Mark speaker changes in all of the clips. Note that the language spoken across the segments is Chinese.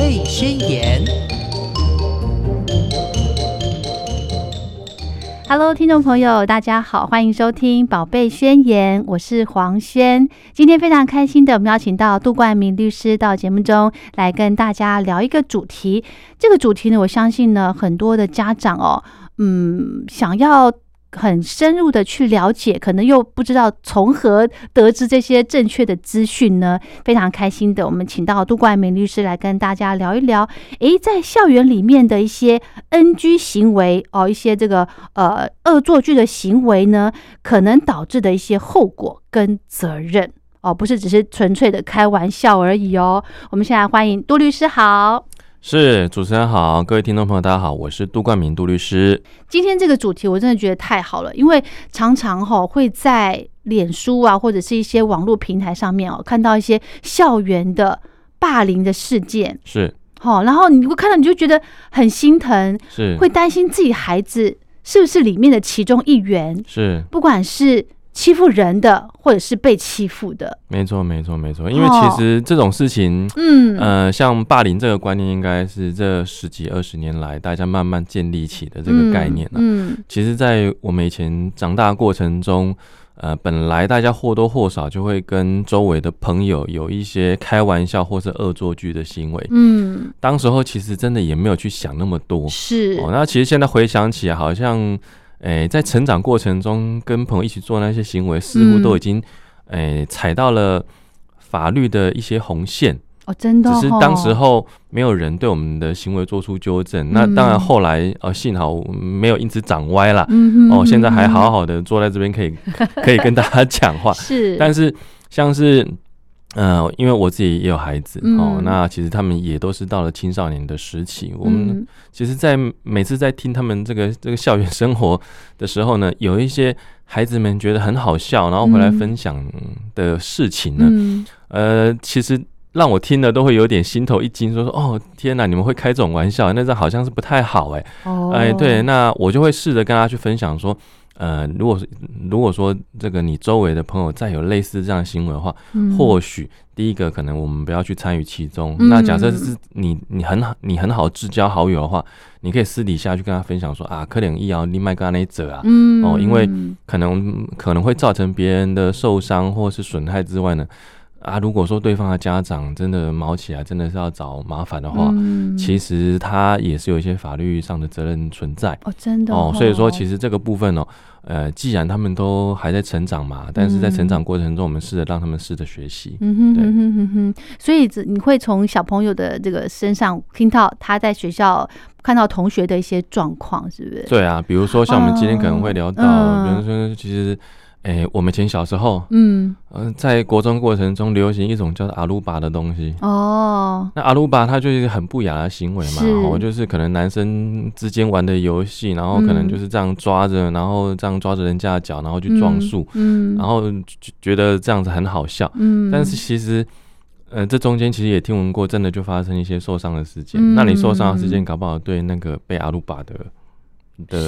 Speaker 1: 类宣言。
Speaker 2: Hello，听众朋友，大家好，欢迎收听《宝贝宣言》，我是黄轩。今天非常开心的，我们邀请到杜冠明律师到节目中来跟大家聊一个主题。这个主题呢，我相信呢，很多的家长哦，嗯，想要。很深入的去了解，可能又不知道从何得知这些正确的资讯呢。非常开心的，我们请到杜冠明律师来跟大家聊一聊，诶，在校园里面的一些 NG 行为哦，一些这个呃恶作剧的行为呢，可能导致的一些后果跟责任哦，不是只是纯粹的开玩笑而已哦。我们现在欢迎杜律师好。
Speaker 3: 是主持人好，各位听众朋友大家好，我是杜冠明杜律师。
Speaker 2: 今天这个主题我真的觉得太好了，因为常常哈、会在脸书啊或者是一些网络平台上面哦看到一些校园的霸凌的事件，
Speaker 3: 是
Speaker 2: 哈、然后你会看到你就觉得很心疼，
Speaker 3: 是
Speaker 2: 会担心自己孩子是不是里面的其中一员，
Speaker 3: 是，
Speaker 2: 不管是欺负人的或者是被欺负的，
Speaker 3: 没错没错没错，因为
Speaker 2: 哦
Speaker 3: 其实这种事情。
Speaker 2: 嗯，
Speaker 3: 呃，像霸凌这个观念，应该是这十几二十年来大家慢慢建立起的这个概念、啊
Speaker 2: 嗯，
Speaker 3: 其实，在我们以前长大过程中，呃，本来大家或多或少就会跟周围的朋友有一些开玩笑或是恶作剧的行为。
Speaker 2: 嗯
Speaker 3: 当时候其实真的也没有去想那么多
Speaker 2: 嗯，是
Speaker 3: 哦，那其实现在回想起来，好像，诶、在成长过程中跟朋友一起做那些行为，似乎
Speaker 2: 嗯
Speaker 3: 都已经，诶、踩到了法律的一些红线，
Speaker 2: 哦，真的、
Speaker 3: 只
Speaker 2: 哦，
Speaker 3: 是当时候没有人对我们的行为做出纠正。那
Speaker 2: 嗯
Speaker 3: 当然后来，呃，幸好我没有因此长歪啦。
Speaker 2: 嗯哼，嗯
Speaker 3: 哦，现在还好
Speaker 2: 哼
Speaker 3: 好的坐在这边， 可以可以跟大家讲话。
Speaker 2: 是，
Speaker 3: 但是像是。呃，因为我自己也有孩子、哦
Speaker 2: 嗯，
Speaker 3: 那其实他们也都是到了青少年的时期，我们
Speaker 2: 嗯
Speaker 3: 其实，在每次在听他们这个这个校园生活的时候呢， 有一些孩子们觉得很好笑，然后回来
Speaker 2: 嗯
Speaker 3: 分享的事情呢，
Speaker 2: 嗯嗯
Speaker 3: 呃，其实让我听了都会有点心头一惊，说说哦，天哪，你们会开这种玩笑，那这好像是不太好哎、
Speaker 2: 哦，
Speaker 3: 哎，对，那我就会试着跟他去分享说。呃，如果如果说这个你周围的朋友再有类似这样的行为的话，
Speaker 2: 嗯
Speaker 3: 或许第一个可能我们不要去参与其中。
Speaker 2: 嗯
Speaker 3: 那假设是你你很好你很好至交好友的话，你可以私底下去跟他分享说啊，可能一摇你麦跟那者啊，
Speaker 2: 嗯
Speaker 3: 哦因为可能可能会造成别人的受伤或是损害之外呢，啊，如果说对方的家长真的毛起来，真的是要找麻烦的话，
Speaker 2: 嗯
Speaker 3: 哦其实他也是有一些法律上的责任存在。
Speaker 2: 哦真的
Speaker 3: 哦，所以说其
Speaker 2: 实
Speaker 3: 实这个部分哦，呃，既然他们都还在成长嘛，但是在成长过程中，我们试着让他们试着学习。
Speaker 2: 嗯哼
Speaker 3: 对
Speaker 2: 嗯哼嗯哼，所以只你会从小朋友的这个身上听到他在学校看到同学的一些状况，是不是？
Speaker 3: 对啊，比如说像我们今天可能会聊到，
Speaker 2: 嗯
Speaker 3: 比如说其实，哎、我们以前小时候，
Speaker 2: 嗯，
Speaker 3: 嗯、在国中过程中流行一种叫做阿鲁巴的东西。
Speaker 2: 哦，
Speaker 3: 那阿鲁巴它就是一个很不雅的行为嘛，
Speaker 2: 是
Speaker 3: 哦，就是可能男生之间玩的游戏，然后可能
Speaker 2: 嗯
Speaker 3: 就是这样抓着，然后这样抓着人家的脚，然后去撞树，
Speaker 2: 嗯，
Speaker 3: 然
Speaker 2: 后
Speaker 3: 后就觉得这样子很好笑。
Speaker 2: 嗯，
Speaker 3: 但是其实，呃，这中间其实也听闻过，真的就发生一些受伤的事件。
Speaker 2: 嗯
Speaker 3: 那你受伤的事件，搞不好对那个被阿鲁巴的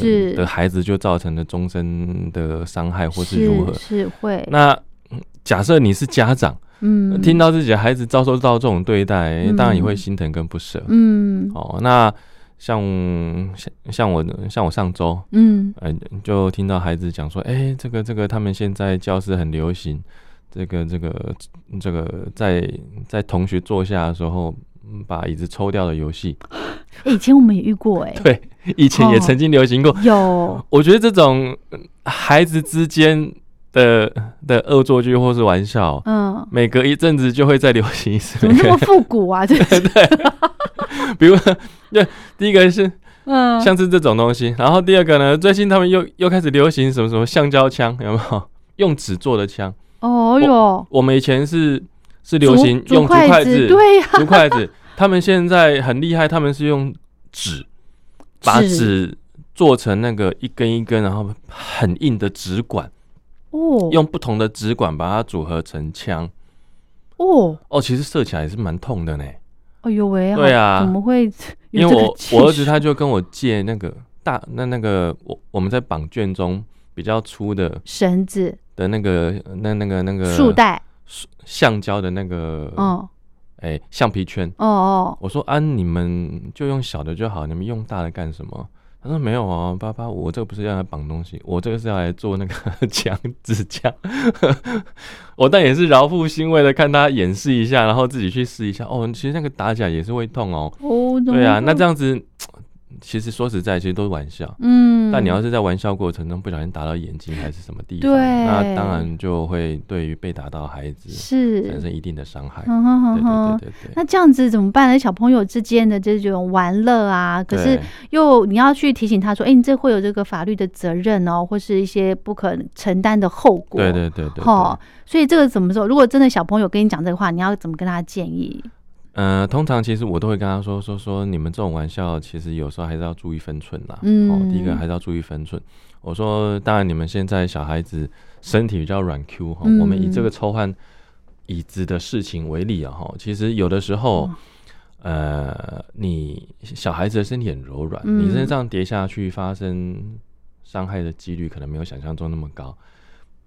Speaker 2: 是
Speaker 3: 的的孩子就造成了终身的伤害，或是如何？
Speaker 2: 是会
Speaker 3: 那嗯假设你是家长，
Speaker 2: 嗯
Speaker 3: 听到自己的孩子遭受到这种对待，
Speaker 2: 嗯
Speaker 3: 当然也会心疼跟不舍。
Speaker 2: 嗯
Speaker 3: 哦，那像像像我像我上周。
Speaker 2: 嗯
Speaker 3: 呃，就听到孩子讲说，哎、这个这个，他们现在教室很流行，这个这个这个，在在同学坐下的时候，嗯把椅子抽掉的游戏，
Speaker 2: 诶以前我们也遇过哎，
Speaker 3: 对， 以前也
Speaker 2: 哦
Speaker 3: 曾经流行过。
Speaker 2: 有
Speaker 3: 我觉得这种嗯孩子之间的的恶作剧或是玩笑，
Speaker 2: 嗯，
Speaker 3: 每隔一阵子就会再流行一次
Speaker 2: 怎。么那么复古啊？这
Speaker 3: 比如，对，第一个是
Speaker 2: 嗯
Speaker 3: 像是这种东西，然后第二个呢，最近他们又又开始流行什么什么橡胶枪，有没有？用纸做的枪。
Speaker 2: 哦哟，
Speaker 3: 我们以前是是流
Speaker 2: 竹
Speaker 3: 行
Speaker 2: 竹
Speaker 3: 用竹筷
Speaker 2: 子，
Speaker 3: 子，
Speaker 2: 对呀、啊
Speaker 3: 竹筷子。他们现在很厉害，他们是用纸，把纸做成那个一根一根，然后很硬的纸管，
Speaker 2: 哦，
Speaker 3: 用不同的纸管把它组合成枪。
Speaker 2: 哦，
Speaker 3: 哦，其实射起来也是蛮痛的呢。
Speaker 2: 哎呦喂，
Speaker 3: 对
Speaker 2: 好
Speaker 3: 啊
Speaker 2: 怎么会有这
Speaker 3: 因为
Speaker 2: 个
Speaker 3: 我
Speaker 2: 技术？
Speaker 3: 我儿子他就跟我借那个大那那个我我们在绑卷中比较粗的
Speaker 2: 绳子、
Speaker 3: 啊的那个那那个那个
Speaker 2: 束带，
Speaker 3: 橡胶的那个
Speaker 2: 嗯，
Speaker 3: 哎、橡皮圈。
Speaker 2: 哦哦，
Speaker 3: 我说啊，你们就用小的就好，你们用大的干什么？他说没有啊，爸爸，我这个不是要来绑东西，我这个是要来做那个 墙指甲。 我但也是饶富欣慰的看他演示一下，然后自己去试一下。哦，其实那个打假也是会痛哦。
Speaker 2: 哦，
Speaker 3: 对啊，那这
Speaker 2: 样，
Speaker 3: 样子，其实说实在，其实都是玩笑。
Speaker 2: 嗯，
Speaker 3: 但你要是在玩笑过程中不小心打到眼睛还是什么地方，
Speaker 2: 对
Speaker 3: 那当然就会对于被打到的孩子产
Speaker 2: 是，
Speaker 3: 生一定的伤害。
Speaker 2: 嗯哼哼
Speaker 3: 对对
Speaker 2: 哼，
Speaker 3: 对对对。
Speaker 2: 那这样子怎么办呢？小朋友之间的这种玩乐啊，可是
Speaker 3: 对
Speaker 2: 又你要去提醒他说，哎、你这会有这个法律的责任哦，或是一些不可承担的后果。
Speaker 3: 对对对对对，
Speaker 2: 哦，所以这个怎么说？如果真的小朋友跟你讲这个话，你要怎么跟他建议？
Speaker 3: 呃，通常其实我都会跟他说说说，你们这种玩笑其实有时候还是要注意分寸啦。哦，第一个
Speaker 2: 嗯
Speaker 3: 还是要注意分寸。我说，当然你们现在小孩子身体比较软 Q 哈、我们以
Speaker 2: 嗯
Speaker 3: 这个抽换椅子的事情为例啊哈，其实有的时候，
Speaker 2: 嗯
Speaker 3: 呃，你小孩子的身体很柔软，你
Speaker 2: 嗯
Speaker 3: 身上跌下去发生伤害的几率可能没有想象中那么高，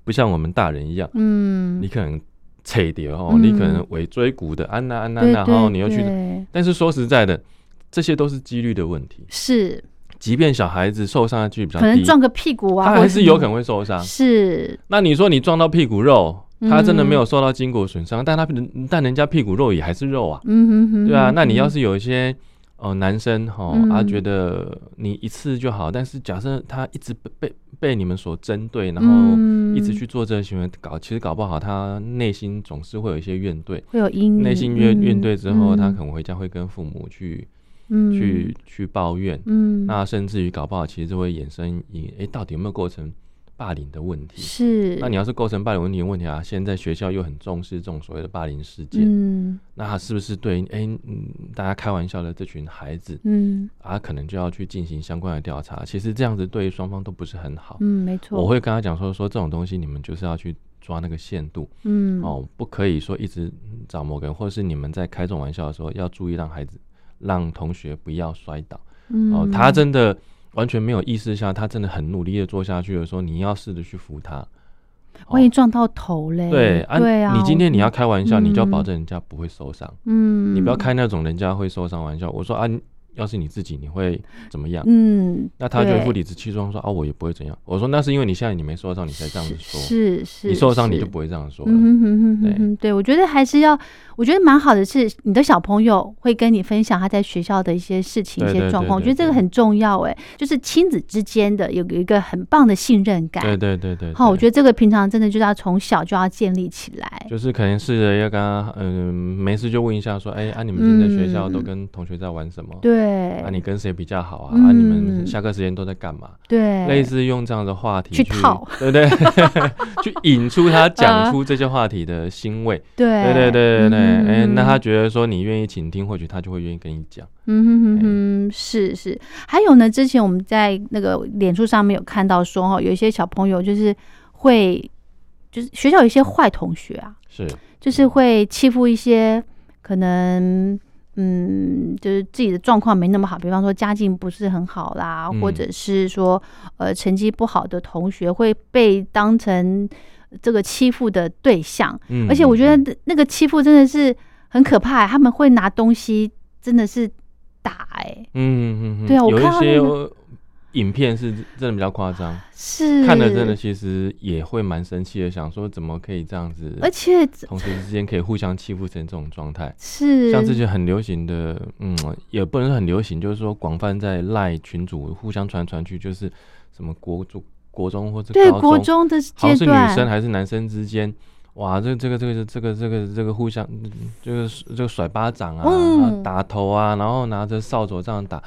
Speaker 3: 不像我们大人一样，
Speaker 2: 嗯
Speaker 3: 你，可能。扯掉哦，你可
Speaker 2: 嗯
Speaker 3: 能尾椎骨的啊安娜安娜，
Speaker 2: 对
Speaker 3: 然后
Speaker 2: 对
Speaker 3: 哦你又去
Speaker 2: 对，
Speaker 3: 但是说实在的，这些都是几率的问题。
Speaker 2: 是
Speaker 3: 即便小孩子受伤的几率比较
Speaker 2: 可能
Speaker 3: 低，
Speaker 2: 撞个屁股啊，
Speaker 3: 他
Speaker 2: 或
Speaker 3: 还
Speaker 2: 者
Speaker 3: 是有可能会啊受伤。
Speaker 2: 是
Speaker 3: 那你说你撞到屁股肉，他真的没
Speaker 2: 嗯
Speaker 3: 有受到筋骨损伤，但他但人家屁股肉也还是肉啊，
Speaker 2: 嗯哼哼，
Speaker 3: 对啊。那你要
Speaker 2: 嗯
Speaker 3: 是有一些呃男生哈啊，
Speaker 2: 嗯
Speaker 3: 觉得你一次就好，但是假设他一直被被被你们所针对，然后
Speaker 2: 嗯
Speaker 3: 一直去做这个行为，搞其实搞不好他内心总是会有一些怨怼。
Speaker 2: 会有阴影，嗯
Speaker 3: 内心怨怨对之后，他可
Speaker 2: 能
Speaker 3: 能回家会跟父母去去去抱怨，
Speaker 2: 嗯，
Speaker 3: 那甚至于搞不好，其实就会衍生一诶，到底有没有构成霸凌的问题？
Speaker 2: 是
Speaker 3: 那你要是构成霸凌问题的问题啊，现在学校又很重视这种所谓的霸凌事件，
Speaker 2: 嗯
Speaker 3: 那他是不是对诶嗯大家开玩笑的这群孩子
Speaker 2: 嗯
Speaker 3: 啊，可能就要去进行相关的调查？其实这样子对于双方都不是很好。
Speaker 2: 嗯，没错，
Speaker 3: 我会跟他讲说说这种东西，你们就是要去抓那个限度、
Speaker 2: 嗯
Speaker 3: 哦，不可以说一直找某个人，或者是你们在开这种玩笑的时候，要注意让孩子让同学不要摔倒。哦，
Speaker 2: 嗯
Speaker 3: 他真的完全没有意识下，他真的很努力的做下去的时候，你要试着去扶他。哦
Speaker 2: 万一撞到头嘞，
Speaker 3: 对
Speaker 2: 对啊，
Speaker 3: 你今天你要开玩笑，你就要保
Speaker 2: 嗯
Speaker 3: 证人家不会受伤，
Speaker 2: 嗯，
Speaker 3: 你不要开那种人家会受伤玩笑。我说啊，你要是你自己你会怎么样？
Speaker 2: 嗯，
Speaker 3: 那他就会
Speaker 2: 对
Speaker 3: 不理直气壮说啊，我也不会怎样。我说那是因为你现在你没受伤，你才这样子说。
Speaker 2: 是是，
Speaker 3: 你受伤你
Speaker 2: 是
Speaker 3: 就不会这样说了。
Speaker 2: 嗯哼哼哼
Speaker 3: 对
Speaker 2: 哼哼，对，我觉得还是要，我觉得蛮好的是，你的小朋友会跟你分享他在学校的一些事情、一
Speaker 3: 对
Speaker 2: 些
Speaker 3: 对
Speaker 2: 状
Speaker 3: 对
Speaker 2: 况，我
Speaker 3: 对
Speaker 2: 觉得这个
Speaker 3: 对
Speaker 2: 很重要哎，就是亲子之间的有有一个很棒的信任
Speaker 3: 对
Speaker 2: 感。
Speaker 3: 对对对。
Speaker 2: 好，我觉
Speaker 3: 得
Speaker 2: 得这个平常真的就是要从小就要建立起来。
Speaker 3: 就是可能试着要跟他，嗯、没事就问一下说，哎、啊，你们现在学校都
Speaker 2: 嗯
Speaker 3: 跟同学在玩什么？
Speaker 2: 对
Speaker 3: 啊，，你跟谁比较好啊？
Speaker 2: 嗯
Speaker 3: 啊，你们下课时间都在干嘛？
Speaker 2: 对，
Speaker 3: 类似用这样的话题
Speaker 2: 去套，嗯
Speaker 3: 对不对？ 去引出他讲出这些话题的欣慰，
Speaker 2: 对，
Speaker 3: 对对对对对。
Speaker 2: 嗯
Speaker 3: 哎，那他
Speaker 2: 哼
Speaker 3: 觉得说你愿意倾听，或许他就会愿意跟你讲。
Speaker 2: 嗯哼哼哼，是是，还有呢，之前我们在那个脸书上面有看到说，哦，有一些小朋友就是会，就是学校有一些坏同学啊，
Speaker 3: 是，
Speaker 2: 就是会欺负一些可能，嗯，就是自己的状况没那么好，比方说家境不是很好啦，
Speaker 3: 嗯
Speaker 2: 或者是说呃成绩不好的同学会被当成这个欺负的对象，
Speaker 3: 嗯
Speaker 2: 而且我觉得
Speaker 3: 嗯
Speaker 2: 那那个欺负真的是很可怕、欸他们会拿东西真的是打哎、
Speaker 3: 嗯嗯嗯，
Speaker 2: 对啊我
Speaker 3: 有
Speaker 2: 看
Speaker 3: 一
Speaker 2: 到
Speaker 3: 些
Speaker 2: 那
Speaker 3: 影片是真的比较夸张，
Speaker 2: 是
Speaker 3: 看了真的，其实也会蛮生气的，想说怎么可以这样子，
Speaker 2: 而且
Speaker 3: 同学之间可以互相欺负成这种状态。
Speaker 2: 是
Speaker 3: 像之前很流行的，嗯，也不能说很流行，就是说广泛在赖群主互相传来传去，就是什么国中、国中或者
Speaker 2: 对
Speaker 3: 高
Speaker 2: 国中的
Speaker 3: 好
Speaker 2: 阶
Speaker 3: 像是女生
Speaker 2: 段，
Speaker 3: 还是男生之间，哇，这这个这个这个这个这个互相嗯就是这个甩巴掌啊，
Speaker 2: 嗯
Speaker 3: 然后打头啊，然后拿着扫帚这样打。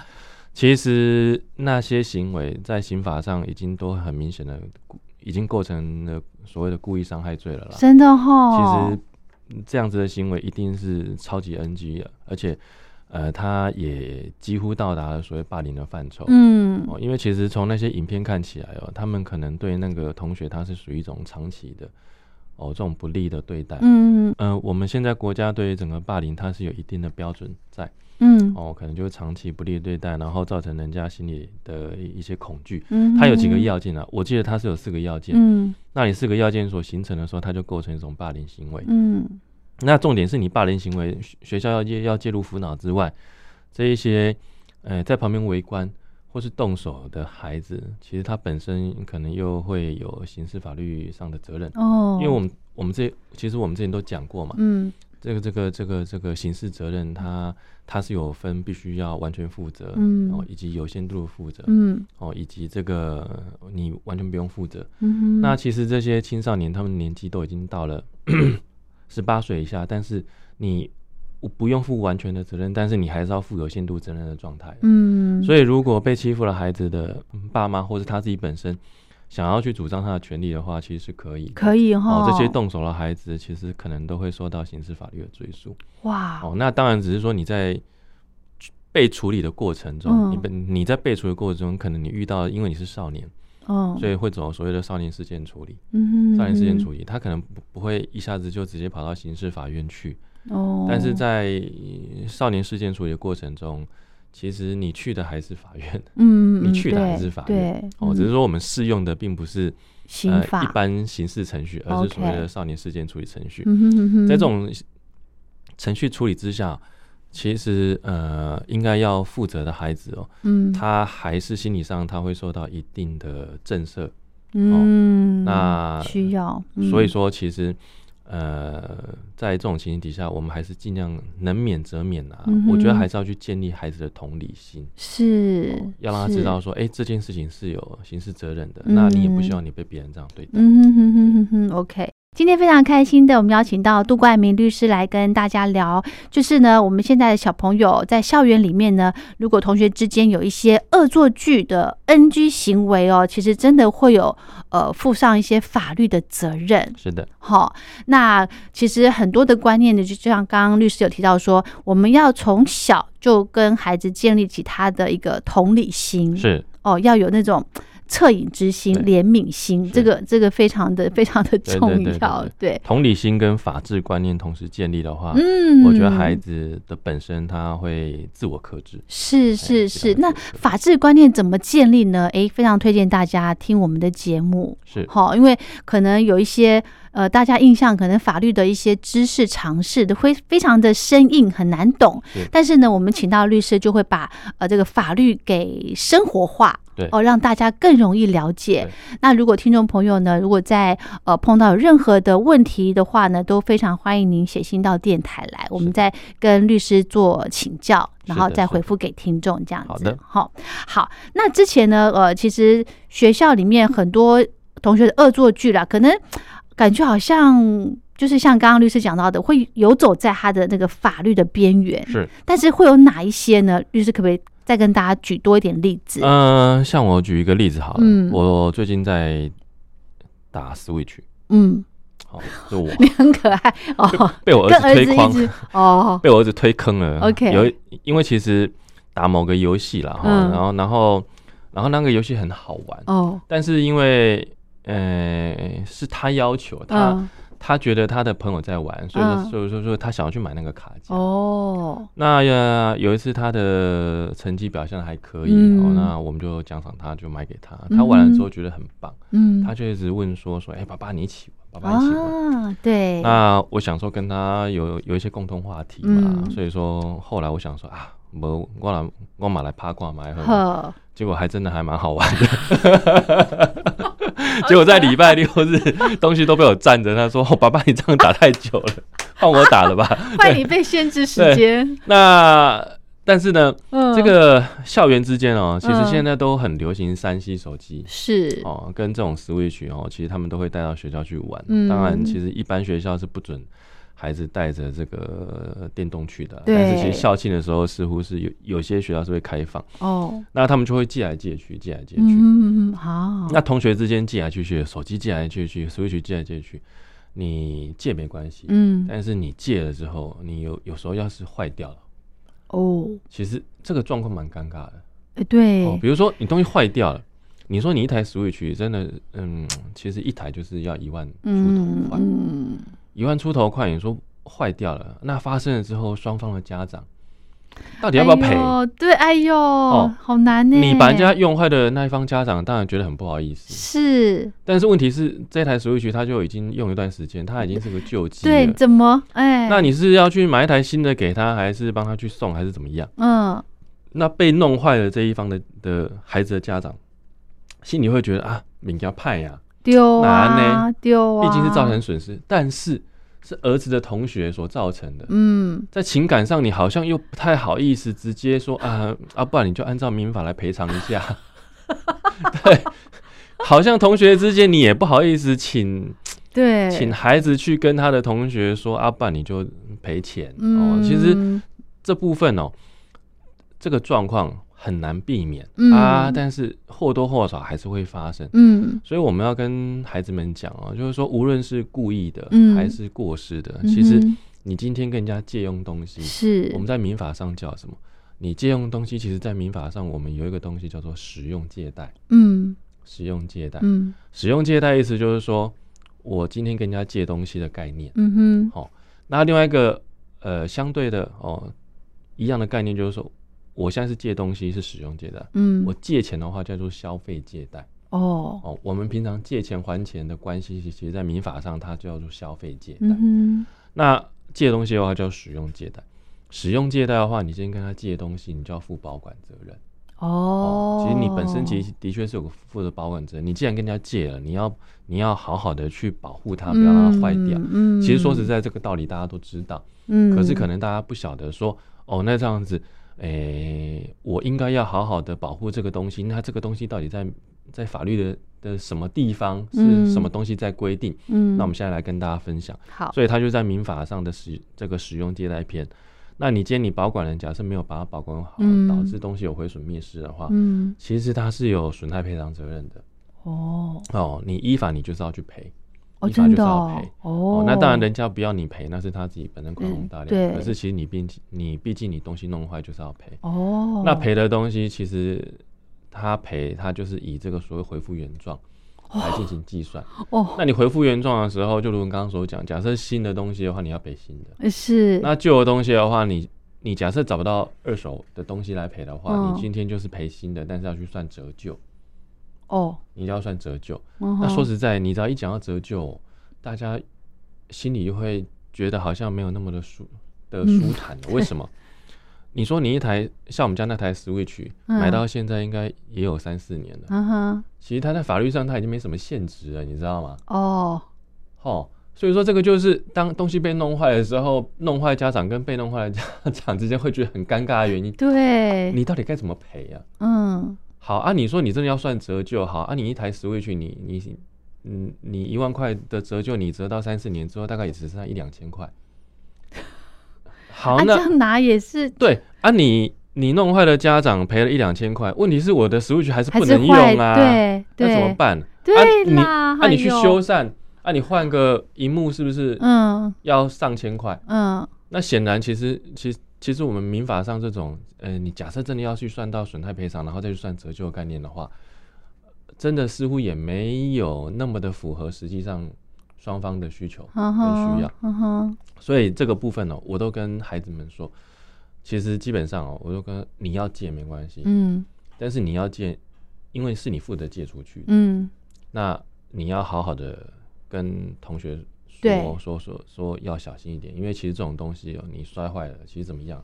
Speaker 3: 其实那些行为在刑法上已经都很明显的，已经构成了所谓的故意伤害罪了啦。
Speaker 2: 真的哦哈，
Speaker 3: 其实嗯这样子的行为一定是超级 NG 的，而且呃，他也几乎到达了所谓霸凌的范畴。
Speaker 2: 嗯
Speaker 3: 哦，因为其实从那些影片看起来哦，他们可能对那个同学他是属于一种长期的哦这种不利的对待。
Speaker 2: 嗯
Speaker 3: 嗯、我们现在国家对于整个霸凌它是有一定的标准在
Speaker 2: 嗯
Speaker 3: 哦，可能就是长期不利的对待，然后造成人家心里的一一些恐惧。
Speaker 2: 嗯，
Speaker 3: 它有几个要件啊？我记得它是有四个要件。
Speaker 2: 嗯
Speaker 3: 那你四个要件所形成的时候，它就构成一种霸凌行为。
Speaker 2: 嗯
Speaker 3: 那重点是你霸凌行为，学学校要介要介入辅导之外，这一些呃在旁边围观或是动手的孩子，其实他本身可能又会有刑事法律上的责任，
Speaker 2: 哦，
Speaker 3: 因为我们我们这其实我们之前都讲过嘛，
Speaker 2: 嗯
Speaker 3: 这个这个这个这个刑事责任它它是有分必须要完全负责，
Speaker 2: 嗯
Speaker 3: 哦，以及有限度的负责，
Speaker 2: 嗯
Speaker 3: 哦，以及这个呃你完全不用负责，
Speaker 2: 嗯哼，
Speaker 3: 那其实这些青少年他们年纪都已经到了 十八岁以下，但是你不用负完全的责任，但是你还是要负有限度责任的状态。
Speaker 2: 嗯，
Speaker 3: 所
Speaker 2: 以
Speaker 3: 以，如果被欺负了孩子的嗯爸妈或是他自己本身想要去主张他的权利的话，其实是可以的。
Speaker 2: 可以哈
Speaker 3: 哦，，这些动手的孩子其实可能都会受到刑事法律的追诉。
Speaker 2: 哇，
Speaker 3: 哦，那当然只是说你在被处理的过程中，
Speaker 2: 嗯
Speaker 3: 你被你在被处理的过程中，可能你遇到，因为你是少年，
Speaker 2: 哦，
Speaker 3: 所以会走所谓的少年事件处理。
Speaker 2: 嗯哼，
Speaker 3: 少年事件处理，他可能不不会一下子就直接跑到刑事法院去，
Speaker 2: 哦，
Speaker 3: 但是在呃少年事件处理的过程中，其实你去的还是法 院，
Speaker 2: 嗯，
Speaker 3: 你
Speaker 2: 嗯
Speaker 3: 去的还
Speaker 2: 对
Speaker 3: 是法院
Speaker 2: 对，
Speaker 3: 哦，只是
Speaker 2: 嗯
Speaker 3: 说我们适用的并不是
Speaker 2: 刑
Speaker 3: 呃
Speaker 2: 法
Speaker 3: 一，般刑事程序，而是所谓
Speaker 2: OK
Speaker 3: 的少年事件处理程序。
Speaker 2: 嗯哼嗯哼，
Speaker 3: 在这种程序处理之下，其实呃应该要负责的孩子哦，
Speaker 2: 嗯，
Speaker 3: 他还是心理上他会受到一定的震慑，
Speaker 2: 嗯，
Speaker 3: 那
Speaker 2: 需要，
Speaker 3: 所以
Speaker 2: 嗯
Speaker 3: 说，其实呃，在这种情形底下，我们还是尽量能免则免啊。
Speaker 2: 嗯哼
Speaker 3: 我觉得还是要去建立孩子的同理心，
Speaker 2: 是
Speaker 3: 要让他知
Speaker 2: 是
Speaker 3: 道说，哎、这件事情是有刑事责任的，那你也不希
Speaker 2: 嗯
Speaker 3: 望你被别人这样对待。
Speaker 2: 嗯哼哼哼哼哼，OK。今天非常开心的，我们邀请到杜冠明律师来跟大家聊，就是呢，我们现在的小朋友在校园里面呢，如果同学之间有一些恶作剧的 NG 行为哦，其实真的会有呃负上一些法律的责任。
Speaker 3: 是的，
Speaker 2: 好，那其实很多的观念呢，就就像刚刚律师有提到说，我们要从小就跟孩子建立起他的一个同理心，
Speaker 3: 是
Speaker 2: 哦，要有那种恻隐之心、
Speaker 3: 对
Speaker 2: 怜悯心，
Speaker 3: 是嗯
Speaker 2: 这个这个非常的非常的
Speaker 3: 对对
Speaker 2: 重
Speaker 3: 对对
Speaker 2: 要，对，
Speaker 3: 同理心跟法治观念同时建立的话，
Speaker 2: 嗯
Speaker 3: 我觉得孩子的本身他会自我克制。
Speaker 2: 是是
Speaker 3: 哎非
Speaker 2: 是，
Speaker 3: 常
Speaker 2: 那
Speaker 3: 自我克制
Speaker 2: 法治观念怎么建立呢？诶，非常推荐大家听我们的节目，
Speaker 3: 是
Speaker 2: 好，因为可能有一些呃，大家印象可能法律的一些知识常识的会非常的生硬，很难懂
Speaker 3: 是。
Speaker 2: 但是呢，我们请到律师就会把呃这个法律给生活化，
Speaker 3: 对
Speaker 2: 哦，让大家更容易了解
Speaker 3: 对。
Speaker 2: 那如果听众朋友呢，如果在呃碰到有任何的问题的话呢，都非常欢迎您写信到电台来，我们再跟律师做请教，然后
Speaker 3: 是的
Speaker 2: 再
Speaker 3: 是的
Speaker 2: 回复给听众这样
Speaker 3: 好
Speaker 2: 子
Speaker 3: 的。
Speaker 2: 好，好，那之前呢，呃，其实学校里面很多同学的恶作剧啦，可能感觉好像就是像刚刚律师讲到的，会游走在他的那个法律的边缘。
Speaker 3: 是，
Speaker 2: 但是会有哪一些呢？律师可不可以再跟大家举多一点例子？
Speaker 3: 嗯、像我举一个例子好了，
Speaker 2: 嗯
Speaker 3: 我最近在打 Switch，
Speaker 2: 嗯，
Speaker 3: 好、就我
Speaker 2: 你很可爱哦，
Speaker 3: 被我
Speaker 2: 跟
Speaker 3: 儿子
Speaker 2: 儿
Speaker 3: 推
Speaker 2: 子一
Speaker 3: 框，
Speaker 2: 直哦，
Speaker 3: 被我儿子推坑了。
Speaker 2: OK
Speaker 3: 有一因为其实打某个游戏啦，哈、
Speaker 2: 嗯
Speaker 3: 然后然后然后那个游戏很好玩，
Speaker 2: 哦，
Speaker 3: 但是因为呃是他要求他、
Speaker 2: 嗯，
Speaker 3: 他觉得他的朋友在玩，所以说、
Speaker 2: 嗯
Speaker 3: 所以说说他想要去买那个卡夹。
Speaker 2: 哦，
Speaker 3: 那呃有一次他的成绩表现得还可以，
Speaker 2: 嗯
Speaker 3: 哦，那我们就奖赏他，就买给他。他玩了之后觉得很棒，
Speaker 2: 嗯，
Speaker 3: 他就一直问说说，哎、爸爸你一起玩，爸爸一起玩。
Speaker 2: 啊，对，
Speaker 3: 那我想说跟他有有一些共同话题嘛，
Speaker 2: 嗯
Speaker 3: 所以说后来我想说啊，我我来我马来八卦嘛，来喝
Speaker 2: 呵，
Speaker 3: 结果还真的还蛮好玩 的。结果在礼拜六日东西都被我占着，他说：“哦，爸爸，你这样打太久了，换我打了 吧。
Speaker 2: 换你被限制时间，”
Speaker 3: 那但是呢，
Speaker 2: 嗯，
Speaker 3: 这个校园之间哦，其实
Speaker 2: 嗯
Speaker 3: 现在都很流行三 C 手机。
Speaker 2: 是，
Speaker 3: 哦，跟这种 Switch 哦，其实他们都会带到学校去玩。
Speaker 2: 嗯
Speaker 3: 当然，其实一般学校是不准孩子带着这个电动去的，
Speaker 2: 对
Speaker 3: 但是其实校庆的时候，似乎是有有些学校是会开放，
Speaker 2: 哦，
Speaker 3: 那他们就会借来借去，借来借去。
Speaker 2: 嗯嗯嗯，好，
Speaker 3: 那同学之间借来借去，手机借来借去，Switch 借来借去，你借没关系，
Speaker 2: 嗯，
Speaker 3: 但是你借了之后，你有有时候要是坏掉了，
Speaker 2: 哦，
Speaker 3: 其实这个状况蛮尴尬的。
Speaker 2: 哎，对，
Speaker 3: 哦，比如说你东西坏掉了，你说你一台 Switch 真的，嗯，其实一台就是要一万出
Speaker 2: 嗯
Speaker 3: 头块，
Speaker 2: 嗯，
Speaker 3: 一、万出头块，你说坏掉了，那发生了之后，双方的家长到底要不要赔？
Speaker 2: 哎呦对，哎呦，
Speaker 3: 哦
Speaker 2: 好难呢。
Speaker 3: 你把人家用坏的那一方家长当然觉得很不好意思，
Speaker 2: 是
Speaker 3: 但是问题是这台 Switch 它就已经用一段时间，它已经是个旧机
Speaker 2: 对，
Speaker 3: 了。
Speaker 2: 怎么哎？
Speaker 3: 那你是要去买一台新的给他，还是帮他去送，还是怎么样？
Speaker 2: 嗯，
Speaker 3: 那被弄坏了这一方的的孩子的家长，心里会觉得啊，敏感派呀，
Speaker 2: 丢
Speaker 3: 哪
Speaker 2: 啊丢啊，
Speaker 3: 毕竟是造成损失，但是是儿子的同学所造成的。
Speaker 2: 嗯，
Speaker 3: 在情感上，你好像又不太好意思直接说啊啊，不然你就按照民法来赔偿一下。 对，好像同学之间你也不好意思请
Speaker 2: 对，
Speaker 3: 请孩子去跟他的同学说啊，不然你就赔钱、
Speaker 2: 嗯，
Speaker 3: 哦。其实这部分哦，这个状况很难避免、
Speaker 2: 嗯
Speaker 3: 啊，但是或多或少还是会发生。
Speaker 2: 嗯
Speaker 3: 所以我们要跟孩子们讲哦，就是说，无论是故意的
Speaker 2: 嗯
Speaker 3: 还是过失的，
Speaker 2: 嗯
Speaker 3: 呃其实
Speaker 2: 哼
Speaker 3: 你今天跟人家借用东西，
Speaker 2: 是
Speaker 3: 我们在民法上叫什么？你借用东西，其实在民法上我们有一个东西叫做使用借贷。
Speaker 2: 嗯
Speaker 3: 使用借贷，
Speaker 2: 嗯
Speaker 3: 使用借贷意思就是说我今天跟人家借东西的概念。
Speaker 2: 嗯哼
Speaker 3: 那另外一个呃相对的哦一样的概念就是说，我现在是借东西是使用借贷，
Speaker 2: 嗯，
Speaker 3: 我借钱的话叫做消费借贷。
Speaker 2: 哦，
Speaker 3: 哦，我们平常借钱还钱的关系，其实在民法上它叫做消费借贷。
Speaker 2: 嗯哼，
Speaker 3: 那借东西的话叫使用借贷，使用借贷的话，你先跟他借东西，你就要负保管责任。
Speaker 2: 哦，
Speaker 3: 其实你本身其实的确是有负责保管责任。你既然跟人家借了，你要你要好好的去保护它，不要让它坏掉。
Speaker 2: 嗯，嗯
Speaker 3: 其实说实，在，这个道理大家都知道，
Speaker 2: 嗯，
Speaker 3: 可是可能大家不晓得说，哦，那这样子，诶、我应该要好好的保护这个东西。那这个东西到底在在法律的的什么地方
Speaker 2: 嗯
Speaker 3: 是什么东西在规定？
Speaker 2: 嗯，
Speaker 3: 那我们现在来跟大家分享。
Speaker 2: 好，
Speaker 3: 所以它就在民法上的使这个使用借贷篇。那你今天你保管人，假设没有把它保管好，
Speaker 2: 嗯
Speaker 3: 导致东西有毁损灭失的话，
Speaker 2: 嗯，
Speaker 3: 其实它是有损害赔偿责任的。
Speaker 2: 哦，
Speaker 3: 哦，你依法你就是要去赔。
Speaker 2: 哦，
Speaker 3: 依法就
Speaker 2: 真
Speaker 3: 是
Speaker 2: 的
Speaker 3: 要
Speaker 2: 哦
Speaker 3: 赔，
Speaker 2: 哦
Speaker 3: 哦，那当然，人家不要你赔，那是他自己本身宽宏
Speaker 2: 嗯
Speaker 3: 大量。
Speaker 2: 对
Speaker 3: 可是其实你毕竟你毕竟你东西弄坏就是要赔。
Speaker 2: 哦，
Speaker 3: 那赔的东西其实他赔，他就是以这个所谓回复原状来进行计算。
Speaker 2: 哦
Speaker 3: 那你回复原状的时候，就如我刚刚所讲，假设新的东西的话，你要赔新的。
Speaker 2: 呃是，
Speaker 3: 那旧的东西的话，你你假设找不到二手的东西来赔的话，
Speaker 2: 嗯
Speaker 3: 你今天就是赔新的，但是要去算折旧，
Speaker 2: 哦，嗯
Speaker 3: 你要算折旧。
Speaker 2: 那
Speaker 3: 那说实在，你只要一讲到折旧，大家心里就会觉得好像没有那么的舒的
Speaker 2: 嗯
Speaker 3: 舒坦了。为什么？你说你一台像我们家那台 Switch
Speaker 2: 嗯
Speaker 3: 买到现在应该也有三四年了，
Speaker 2: 嗯哼，
Speaker 3: 其实它在法律上它已经没什么限值了，你知道吗？
Speaker 2: 哦，
Speaker 3: 哦，所以说这个就是当东西被弄坏的时候，弄坏家长跟被弄坏的家 长之间会觉得很尴尬的原因，
Speaker 2: 对，
Speaker 3: 你到底该怎么赔啊？
Speaker 2: 嗯，
Speaker 3: 好啊，你说你真的要算折旧，好啊，你一台 Switch，你你嗯，你一万块的折旧，你折到三四年之后，大概也只剩下一两 千块。好，
Speaker 2: 啊，这
Speaker 3: 那
Speaker 2: 样拿也是
Speaker 3: 对啊你，你弄坏了家长赔了一两千块，问题是我的 Switch 还是
Speaker 2: 还
Speaker 3: 不
Speaker 2: 是
Speaker 3: 能用
Speaker 2: 坏，
Speaker 3: 啊，
Speaker 2: 对
Speaker 3: 那怎么
Speaker 2: 对，
Speaker 3: 办？
Speaker 2: 对
Speaker 3: 啊你
Speaker 2: 啦，
Speaker 3: 啊，你去
Speaker 2: 哎呦
Speaker 3: 修，缮，啊，你换个荧幕是不是
Speaker 2: 嗯
Speaker 3: 要上千块？
Speaker 2: 嗯，
Speaker 3: 那显然其实其实其实我们民法上这种，呃，你假设真的要去算到损害赔偿，然后再去算折旧的概念的话，真的似乎也没有那么的符合实际上双方的需求。
Speaker 2: 嗯哼，
Speaker 3: 需要
Speaker 2: 嗯哼，
Speaker 3: 所以这个部分呢、哦我都跟孩子们说，其实基本上哦，我都跟你要借没关系，
Speaker 2: 嗯
Speaker 3: 但是你要借，因为是你负责借出去的，
Speaker 2: 嗯，
Speaker 3: 那你要好好的跟同学
Speaker 2: 对
Speaker 3: 说说说说要小心一点，因为其实这种东西哦，你摔坏了，其实怎么样，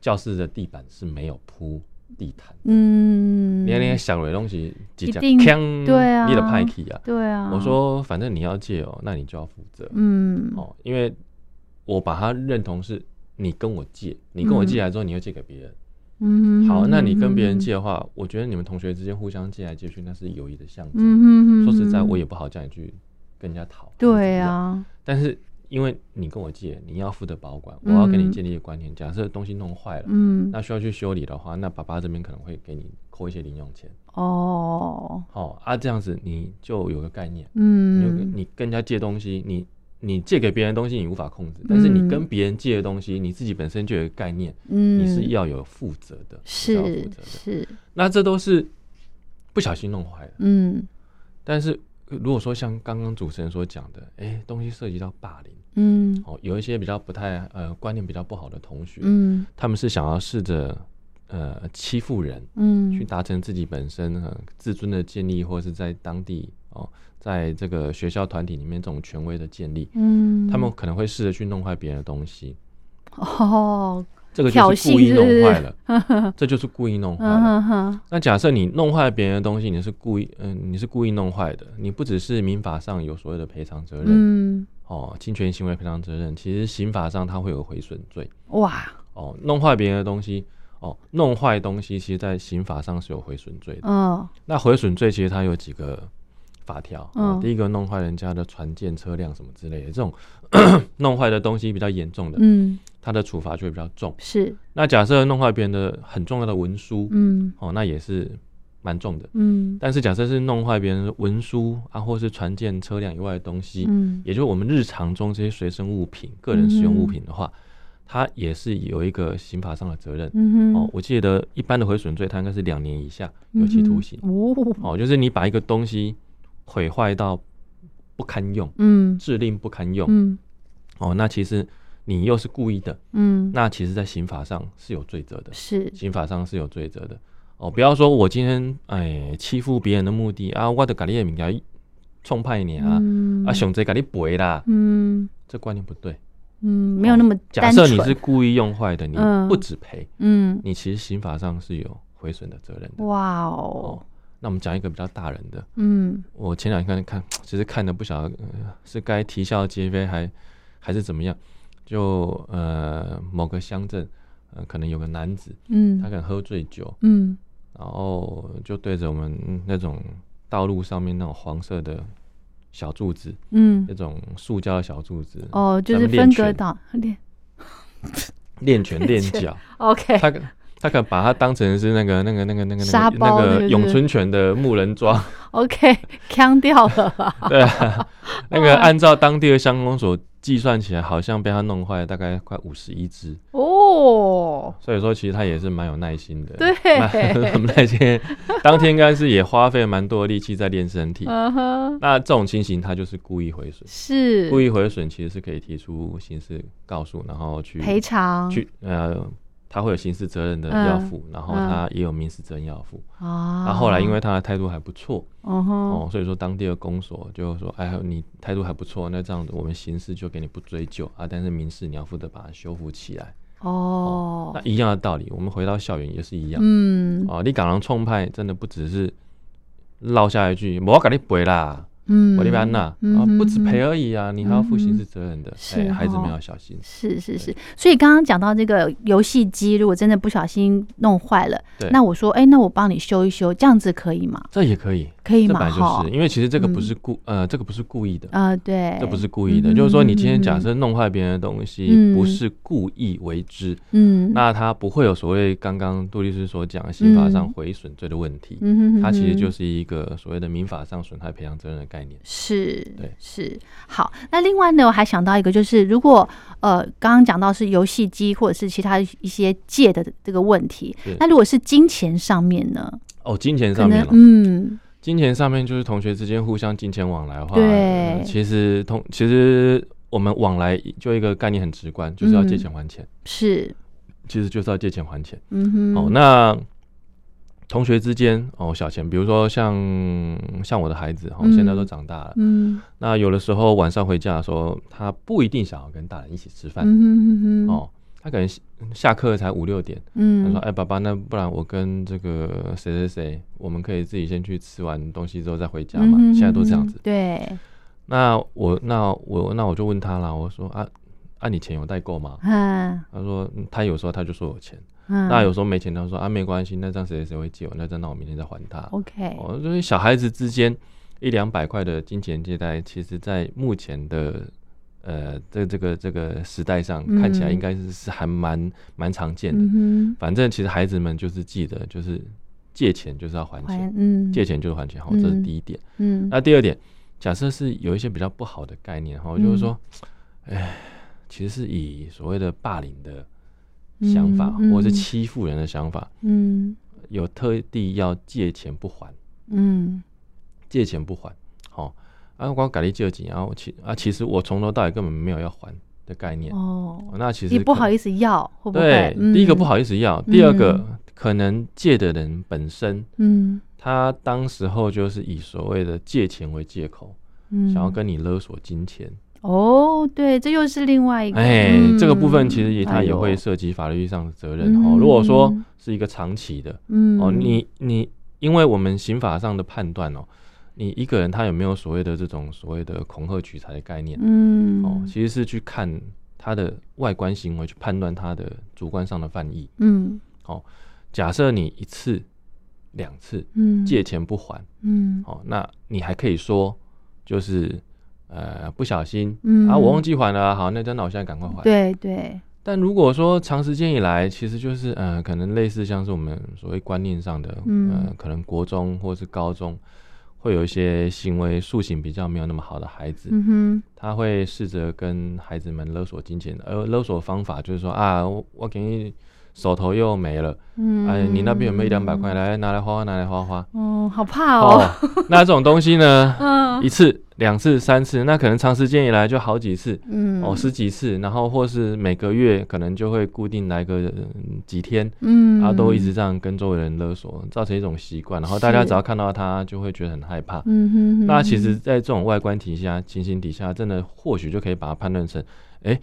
Speaker 3: 教室的地板是没有铺地毯，
Speaker 2: 嗯，
Speaker 3: 你连想的东西几
Speaker 2: 一定
Speaker 3: 锵，
Speaker 2: 对啊
Speaker 3: 你的派气啊。
Speaker 2: 对啊，
Speaker 3: 我，说，反正你要借哦，那你就要负责、
Speaker 2: 嗯，
Speaker 3: 哦，因为我把它认同是你跟我借，你跟我借来之后，你又借给别人。
Speaker 2: 嗯，
Speaker 3: 好，那你跟别人
Speaker 2: 嗯，
Speaker 3: 借的话，我觉得你们同学之间互相借来借去，那是友谊的象征。
Speaker 2: 嗯哼哼，
Speaker 3: 说实在，
Speaker 2: 哼
Speaker 3: 我也不好叫你去跟人家讨。
Speaker 2: 对，啊，
Speaker 3: 但是因为你跟我借，你要负责保管，我
Speaker 2: 嗯
Speaker 3: 要跟你建立一个观念。假设东西弄坏了，
Speaker 2: 嗯，
Speaker 3: 那需要去修理的话，那爸爸这边可能会给你扣一些零用钱。
Speaker 2: 哦，
Speaker 3: 哦啊，这样子你就有个概念，你有个
Speaker 2: 嗯，
Speaker 3: 你跟人家借东西，你你借给别人的东西你无法控制，但是你跟别人借的东西，你自己本身就有个概念，
Speaker 2: 嗯，
Speaker 3: 你是要有负责的，是要负
Speaker 2: 是
Speaker 3: 责的。
Speaker 2: 是，
Speaker 3: 那这都是不小心弄坏的。
Speaker 2: 嗯
Speaker 3: 但是呃如果说像刚刚主持人所讲的，哎、东西涉及到霸凌，
Speaker 2: 嗯
Speaker 3: 哦，有一些比较不太呃观念比较不好的同学，
Speaker 2: 嗯
Speaker 3: 他们是想要试着呃欺负人，去
Speaker 2: 嗯
Speaker 3: 达成自己本身呃自尊的建立，或是在当地哦，在这个学校团体里面这种权威的建立，
Speaker 2: 嗯，
Speaker 3: 他们可能会试着去弄坏别人的东西，
Speaker 2: 哦，
Speaker 3: 这个就是故意
Speaker 2: 挑衅是不是
Speaker 3: 弄坏了， 这就是故意弄坏
Speaker 2: 嗯
Speaker 3: 了。
Speaker 2: 哼哼，
Speaker 3: 那假设你弄坏别人的东西，你是故意，嗯、你是故意弄坏的，你不只是民法上有所谓的赔偿责任、
Speaker 2: 嗯，
Speaker 3: 哦，侵权行为赔偿责任，其实刑法上它会有毁损罪
Speaker 2: 哇，
Speaker 3: 哦，弄坏别人的东西哦，弄坏东西，其实在刑法上是有毁损罪的。
Speaker 2: 嗯
Speaker 3: 那毁损罪其实它有几个法条，哦
Speaker 2: 嗯
Speaker 3: 第一个弄坏人家的船舰、车辆什么之类的，这种 弄坏的东西比较严重的，
Speaker 2: 嗯
Speaker 3: 它的处罚就会比较重。
Speaker 2: 是，
Speaker 3: 那假设弄坏别人的很重要的文书，
Speaker 2: 嗯
Speaker 3: 哦，那也是蛮重的。
Speaker 2: 嗯
Speaker 3: 但是假设是弄坏别人的文书啊，或是船舰、车辆以外的东西，
Speaker 2: 嗯
Speaker 3: 也就是我们日常中这些随身物品、个人使用物品的话，它也是有一个刑法上的责任。
Speaker 2: 嗯
Speaker 3: 哦
Speaker 2: 哼，，
Speaker 3: 我记得一般的毁损罪，它应该是两年以下有期徒刑。
Speaker 2: 嗯哼哦，
Speaker 3: 哦，就是你把一个东西毁坏到不堪用，
Speaker 2: 嗯
Speaker 3: 致令不堪用。
Speaker 2: 嗯
Speaker 3: 哦，那其实你又是故意的，
Speaker 2: 嗯，
Speaker 3: 那其实，在刑法上是有罪责的。
Speaker 2: 是，
Speaker 3: 刑法上是有罪责的。哦，不要说我今天哎欺负别人的目的啊，我的咖喱物件冲派你啊，
Speaker 2: 嗯
Speaker 3: 啊熊贼咖喱赔啦，
Speaker 2: 嗯
Speaker 3: 这观念不对。
Speaker 2: 嗯，没有那么
Speaker 3: 哦假
Speaker 2: 单
Speaker 3: 设
Speaker 2: 纯，
Speaker 3: 你是故意用坏的，你
Speaker 2: 嗯
Speaker 3: 不止赔，
Speaker 2: 嗯，
Speaker 3: 你其实刑法上是有毁损的责任的。
Speaker 2: 哇哦，
Speaker 3: 那我们讲一个比较大人的，
Speaker 2: 嗯
Speaker 3: 我前两天看看，其实看的不晓得、呃是该啼笑皆非还还是怎么样，就呃某个乡镇，呃可能有个男子，他
Speaker 2: 嗯
Speaker 3: 可能喝醉酒，
Speaker 2: 嗯
Speaker 3: 然后就对着我们嗯那种道路上面那种黄色的小柱子，
Speaker 2: 嗯
Speaker 3: 那，种塑胶的小柱子，
Speaker 2: 哦，就
Speaker 3: 咱
Speaker 2: 是
Speaker 3: 们
Speaker 2: 分
Speaker 3: 练
Speaker 2: 隔
Speaker 3: 拳
Speaker 2: 岛练
Speaker 3: 练拳练
Speaker 2: 练拳
Speaker 3: 脚，
Speaker 2: ，OK，
Speaker 3: 他可他可能把它当成是那个那个那个那个
Speaker 2: 哎沙
Speaker 3: 那个那
Speaker 2: 包对不
Speaker 3: 个
Speaker 2: 对
Speaker 3: 咏春拳的木 人桩，
Speaker 2: OK，腔掉了吧？
Speaker 3: 对啊，那个按照当地的乡公所计算起来，好像被他弄坏了大概快五十一只，
Speaker 2: 哦，
Speaker 3: 所以说其实他也是蛮有耐心的，
Speaker 2: 对
Speaker 3: 蛮蛮耐心，当天应该是也花费蛮多力气在练身体。
Speaker 2: 嗯哼，
Speaker 3: 那这种情形，他就是故意毁损。
Speaker 2: 是
Speaker 3: 故意毁损其实是可以提出刑事告诉，然后去
Speaker 2: 赔偿
Speaker 3: 去呃，他会有刑事责任的
Speaker 2: 嗯
Speaker 3: 要负，然后他也有民事责任要负。
Speaker 2: 啊。
Speaker 3: 那、后来因为他的态度还不错、
Speaker 2: 嗯哼，
Speaker 3: 哦，所以说当地的公所就说：“哎，你态度还不错，那这样子我们刑事就给你不追究啊，但是民事你要负责把它修复起来。
Speaker 2: 哦
Speaker 3: 那，一样的道理，我们回到校园也是一样。
Speaker 2: 嗯
Speaker 3: 哦，你港人冲派真的不只是落下一句“我给你赔啦”，
Speaker 2: 嗯，
Speaker 3: 我利安娜啊
Speaker 2: 嗯，哼
Speaker 3: 不止
Speaker 2: 哼
Speaker 3: 赔而已啊，你还要负刑事责任的，
Speaker 2: 是
Speaker 3: 哎，孩子们
Speaker 2: 哦
Speaker 3: 要小心。
Speaker 2: 是是是，所以刚刚讲到这个游戏机，如果真的不小心弄坏了，
Speaker 3: 对
Speaker 2: 那我说，哎，那我帮你修一修，这样子可以吗？
Speaker 3: 这也可以，
Speaker 2: 可以
Speaker 3: 这本
Speaker 2: 吗？
Speaker 3: 来
Speaker 2: 哈
Speaker 3: 就，是，因为其实这个不
Speaker 2: 嗯
Speaker 3: 是故呃，这个不是故意的，
Speaker 2: 啊，对，
Speaker 3: 这不，是故意的，
Speaker 2: 嗯
Speaker 3: 就是说你今天
Speaker 2: 嗯
Speaker 3: 假设弄坏别人的东西
Speaker 2: 嗯，
Speaker 3: 不是故意为之，
Speaker 2: 嗯，
Speaker 3: 那他不会有所谓刚刚杜律师所讲的刑法上
Speaker 2: 嗯
Speaker 3: 毁损罪的问题，
Speaker 2: 嗯哼哼哼，
Speaker 3: 它其实就是一个所谓的民法上损害赔偿责任的概念。
Speaker 2: 是，
Speaker 3: 对
Speaker 2: 是好。那另外呢，我还想到一个，就是如果呃，刚刚讲到是游戏机或者是其他一些借的这个问题
Speaker 3: 是，
Speaker 2: 那如果是金钱上面呢？
Speaker 3: 哦，金钱
Speaker 2: 可
Speaker 3: 上
Speaker 2: 能
Speaker 3: 面了，
Speaker 2: 嗯
Speaker 3: 金钱上面就是同学之间互相金钱往来的话，
Speaker 2: 对
Speaker 3: 呃其实同其实我们往来就一个概念很直观，就是要借钱还钱，
Speaker 2: 是
Speaker 3: 其实就是要借钱还钱。
Speaker 2: 嗯哼
Speaker 3: 哦，那同学之间哦，小钱，比如说像像我的孩子，哦，
Speaker 2: 嗯
Speaker 3: 现在都长大了，
Speaker 2: 嗯
Speaker 3: 那有的时候晚上回家的时候，他不一定想要跟大人一起吃
Speaker 2: 嗯
Speaker 3: 饭、
Speaker 2: 哼嗯哼
Speaker 3: 哦，他可能下下课才五六点，他
Speaker 2: 嗯
Speaker 3: 说：“哎、爸爸，那不然我跟这个谁谁谁，我们可以自己先去吃完东西之后再回家嘛？
Speaker 2: 嗯哼
Speaker 3: 现在都这样
Speaker 2: 嗯
Speaker 3: 子。
Speaker 2: 哼对，
Speaker 3: 那我那我那我就问他啦，我说啊啊，你钱有带够吗？
Speaker 2: 嗯
Speaker 3: 他说、嗯他有时候他就说有钱，
Speaker 2: 嗯，
Speaker 3: 那有时候没钱，他说啊没关系，那这样谁谁谁会借我，那这样那我明天再还他。
Speaker 2: OK，
Speaker 3: 哦，就是小孩子之间一两百块的金钱借贷，其实在目前的呃这这个这个时代上，看起来
Speaker 2: 嗯
Speaker 3: 应该是是还蛮蛮常见的。
Speaker 2: 嗯
Speaker 3: 反正其实孩子们就是记得，就是借钱就是要还
Speaker 2: 哼，
Speaker 3: 钱，
Speaker 2: 还嗯
Speaker 3: 借钱哎就是还钱，好，
Speaker 2: 嗯
Speaker 3: 这是第一点。
Speaker 2: 嗯
Speaker 3: 那第二点，假设是有一些比较不好的概念，哈，就是说，
Speaker 2: 嗯
Speaker 3: 哎，其实是以所谓的霸凌的想法，
Speaker 2: 嗯嗯
Speaker 3: 或者是欺负人的想法，
Speaker 2: 嗯
Speaker 3: 有特地要借钱不还，
Speaker 2: 嗯
Speaker 3: 借钱不还，好、啊，我改立借钱，然后其啊，其实我从头到尾根本没有要还的概念。
Speaker 2: 哦，
Speaker 3: 那其实
Speaker 2: 你不好
Speaker 3: 思，
Speaker 2: 意思要，会不会嗯
Speaker 3: 对？，第一个不
Speaker 2: 好，
Speaker 3: 好意思要，第二个、
Speaker 2: 嗯
Speaker 3: 可能借的人本身
Speaker 2: 嗯
Speaker 3: 他当时候就是以所谓的借钱为借口，
Speaker 2: 嗯，
Speaker 3: 想要跟你勒索金钱。
Speaker 2: 哦，对，这又是另外一个，
Speaker 3: 哎、
Speaker 2: 嗯
Speaker 3: 这个部分其实也它也
Speaker 2: 哎
Speaker 3: 会
Speaker 2: 呦
Speaker 3: 涉及法律上的责任哦。如果说是一个长期的
Speaker 2: 嗯
Speaker 3: 哦，你你因为我们刑法上的判断哦，你一个人他有没有所谓的这种所谓的恐吓取财的概念
Speaker 2: 嗯
Speaker 3: 哦，其实是去看他的外观行为去判断他的主观上的犯意。
Speaker 2: 嗯
Speaker 3: 假设你一次、两次
Speaker 2: 嗯
Speaker 3: 借钱不还
Speaker 2: 嗯
Speaker 3: 哦，那你还可以说就是呃不小心。
Speaker 2: 嗯
Speaker 3: 啊，我忘记还了啊，好，那真的我现在赶快还。
Speaker 2: 对对
Speaker 3: 但如果说长时间以来，其实就是呃，可能类似像是我们所谓观念上的，
Speaker 2: 嗯
Speaker 3: 呃，可能国中或是高中，会有一些行为塑形比较没有那么好的孩子，
Speaker 2: 嗯哼
Speaker 3: 他会试着跟孩子们勒索金钱，而勒索方法就是说啊，我我给你手头又没了，
Speaker 2: 嗯
Speaker 3: 哎，你那边有没有一两百块？来拿来花花，拿来花花。
Speaker 2: 哦，好怕哦，，
Speaker 3: 那这种东西呢，
Speaker 2: 嗯
Speaker 3: 一次、两次、三次，那可能长时间以来就好几次，
Speaker 2: 嗯
Speaker 3: 哦，十几次，然后或是每个月可能就会固定来个、嗯几天，
Speaker 2: 嗯
Speaker 3: 他、啊都一直这样跟周围人勒索，造成一种习惯，然后大家
Speaker 2: 是
Speaker 3: 只要看到他就会觉得很害怕。
Speaker 2: 嗯哼哼，
Speaker 3: 那其实，在这种外观体下情形底下，真的或许就可以把它判断成，哎、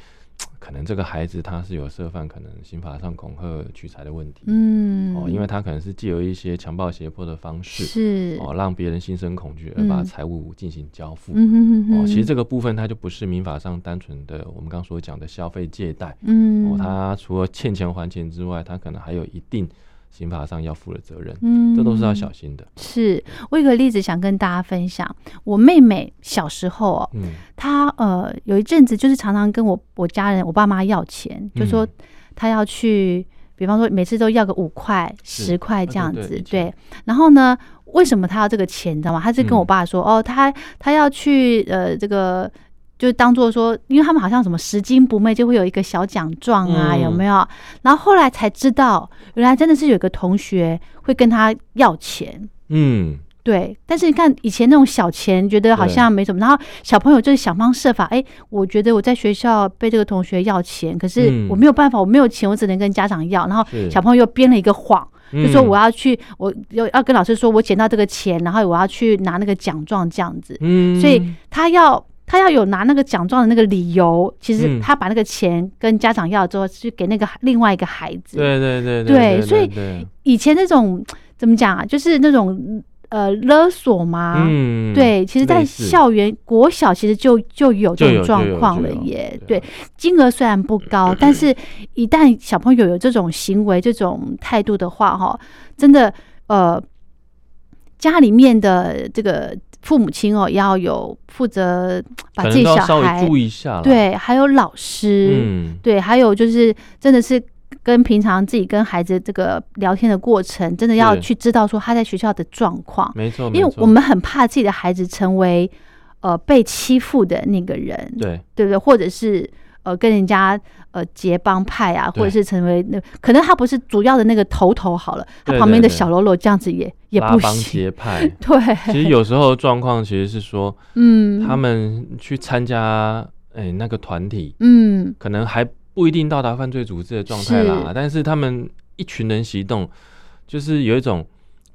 Speaker 3: 可能这个孩子他是有涉犯可能刑法上恐吓取财的问题、
Speaker 2: 嗯
Speaker 3: 哦，因为他可能是借由一些强暴胁迫的方式
Speaker 2: 是
Speaker 3: 哦，让别人心生恐惧而把
Speaker 2: 嗯
Speaker 3: 财物进行交付。
Speaker 2: 嗯哼哼
Speaker 3: 哦，
Speaker 2: 哼，
Speaker 3: 其实这个部分它就不是民法上单纯的我们刚刚所讲的消费借贷，
Speaker 2: 嗯
Speaker 3: 哦，它除了欠钱还钱之外，它可能还有一定刑法上要负的责任，
Speaker 2: 嗯
Speaker 3: 这都是要小心的。
Speaker 2: 是我有个例子想跟大家分享，我妹妹小时候哦，
Speaker 3: 嗯，
Speaker 2: 她呃有一阵子就是常常跟我我家人我爸妈要钱，就说
Speaker 3: 嗯
Speaker 2: 她要去，比方说每次都要个五块、
Speaker 3: 是
Speaker 2: 十块
Speaker 3: 啊
Speaker 2: 这
Speaker 3: 对
Speaker 2: 样
Speaker 3: 对
Speaker 2: 子
Speaker 3: 以，
Speaker 2: 对
Speaker 3: 前。
Speaker 2: 然后呢，为什么她要这个钱，你知道吗？她是跟我
Speaker 3: 嗯
Speaker 2: 爸说，哦，她她要去呃这个。就当做说，因为他们好像什么拾金不昧，就会有一个小奖状啊，有
Speaker 3: 嗯
Speaker 2: 没有？然后后来才知道，原来真的是有一个同学会跟他要钱，
Speaker 3: 嗯，
Speaker 2: 对，但是你看以前那种小钱，觉得好
Speaker 3: 对
Speaker 2: 像没什么，然后小朋友就是想方设法，哎、我觉得我在学校被这个同学要钱，可是
Speaker 3: 嗯
Speaker 2: 我没有办法，我没有钱，我只能跟家长要，然后
Speaker 3: 是嗯
Speaker 2: 小朋友又编了一个谎，就说我
Speaker 3: 要，
Speaker 2: 要去，我要要跟老师说我捡到这个钱，然后我要去拿那个奖状这样子，
Speaker 3: 嗯
Speaker 2: 所以他要。他要有拿那个奖状的那个理由，其实
Speaker 3: 嗯
Speaker 2: 他把那个钱跟家长要之后，去给那个另外一个孩子。
Speaker 3: 对对对
Speaker 2: 对所以
Speaker 3: 对
Speaker 2: 以前那种怎么讲啊，就是那种呃勒索嘛，
Speaker 3: 嗯，
Speaker 2: 啊对，其实，在
Speaker 3: 类似
Speaker 2: 校园国小其实就就有
Speaker 3: 就
Speaker 2: 这
Speaker 3: 有
Speaker 2: 种
Speaker 3: 就
Speaker 2: 状
Speaker 3: 有
Speaker 2: 况
Speaker 3: 就
Speaker 2: 了
Speaker 3: 有
Speaker 2: 耶。对
Speaker 3: 对啊，嗯
Speaker 2: 金额虽然不高，但是一旦小朋友有这种行为、这种态度的话，哈，真的，呃，家里面的这个父母亲哦，要有负责把
Speaker 3: 可
Speaker 2: 自己
Speaker 3: 能都
Speaker 2: 小
Speaker 3: 要稍微
Speaker 2: 孩，
Speaker 3: 注意一下啦，
Speaker 2: 对，还有老师，
Speaker 3: 嗯，
Speaker 2: 对，还有就是真的是。跟平常自己跟孩子这个聊天的过程，真的要
Speaker 3: 是
Speaker 2: 去知道说他在学校的状况，
Speaker 3: 没错，
Speaker 2: 因
Speaker 3: 没
Speaker 2: 为
Speaker 3: 错
Speaker 2: 我们很怕自己的孩子成为呃被欺负的那个人，
Speaker 3: 对
Speaker 2: 对不对？或者是呃跟人家呃结帮派啊，
Speaker 3: 对
Speaker 2: 或者是成为那可能他不是主要的那个头头好了，他
Speaker 3: 对
Speaker 2: 旁边的
Speaker 3: 对对
Speaker 2: 小喽啰这样子也也
Speaker 3: 拉
Speaker 2: 不
Speaker 3: 帮
Speaker 2: 行。。
Speaker 3: 结派
Speaker 2: 对，
Speaker 3: 其实有时候状况其实是说，
Speaker 2: 嗯，
Speaker 3: 他们去参加哎、那个团体，
Speaker 2: 嗯
Speaker 3: 可能还不一定到达犯罪组织的状态啦
Speaker 2: 是，
Speaker 3: 但是他们一群人行动，就是有一种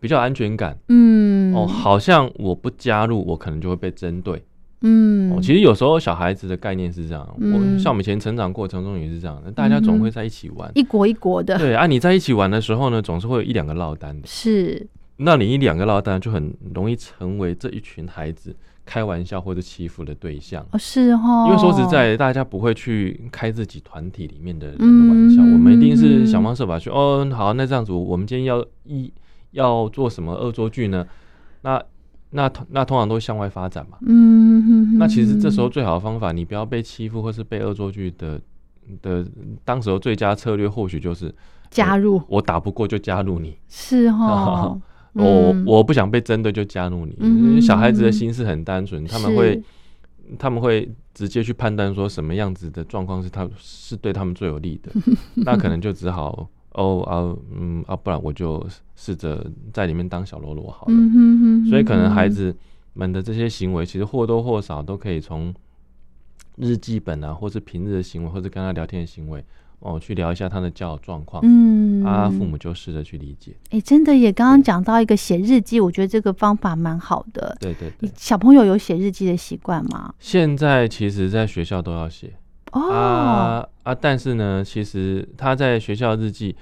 Speaker 3: 比较有安全感、
Speaker 2: 嗯
Speaker 3: 哦，好像我不加入，我可能就会被针对、
Speaker 2: 嗯，
Speaker 3: 哦。其实有时候小孩子的概念是这样，
Speaker 2: 嗯
Speaker 3: 我像我们以前成长过程中也是这样，大家总会在一起玩。
Speaker 2: 一国一国的，
Speaker 3: 对啊，你在一起玩的时候呢，总是会有一两个落单的。
Speaker 2: 是
Speaker 3: 那你一两个落单，就很容易成为这一群孩子开玩笑或者欺负的对象。
Speaker 2: 哦是哦，
Speaker 3: 因为说实，在，大家不会去开自己团体里面的人
Speaker 2: 嗯
Speaker 3: 的玩笑，我们一定
Speaker 2: 嗯
Speaker 3: 是想方设法去。哦，好，那这样子，我们今天要一要做什么恶作剧呢？那那通那通常都向外发展嘛。
Speaker 2: 嗯哼哼
Speaker 3: 那其实这时候
Speaker 2: 哼
Speaker 3: 最好的方法，你不要被欺负或是被恶作剧的的，当时候最佳策略或许就是
Speaker 2: 加入
Speaker 3: 我打不过就加入你，，
Speaker 2: 是哦
Speaker 3: 我
Speaker 2: 嗯
Speaker 3: 我不想被针对就加入你。
Speaker 2: 嗯
Speaker 3: 因为小孩子的心是很单纯，他们会
Speaker 2: 是
Speaker 3: 他们会直接去判断说什么样子的状况是他是对他们最有利的，那可能就只好哦啊嗯啊，不然我就试着在里面当小喽啰好了。
Speaker 2: 嗯哼哼哼
Speaker 3: 所以可能孩
Speaker 2: 哼
Speaker 3: 子们的这些行为，其实或多或少都可以从日记本啊，或是平日的行为，或是跟他聊天的行为，哦，去聊一下他的教养状况。
Speaker 2: 嗯
Speaker 3: 啊，父母就试着去理解。
Speaker 2: 哎、真的也刚刚讲到一个写日记，我觉得这个方法蛮好的。
Speaker 3: 对对对
Speaker 2: 你，小朋友有写日记的习惯吗？
Speaker 3: 现在其实在学校都要写。
Speaker 2: 哦，
Speaker 3: 啊啊！但是呢，其实他在学校日记，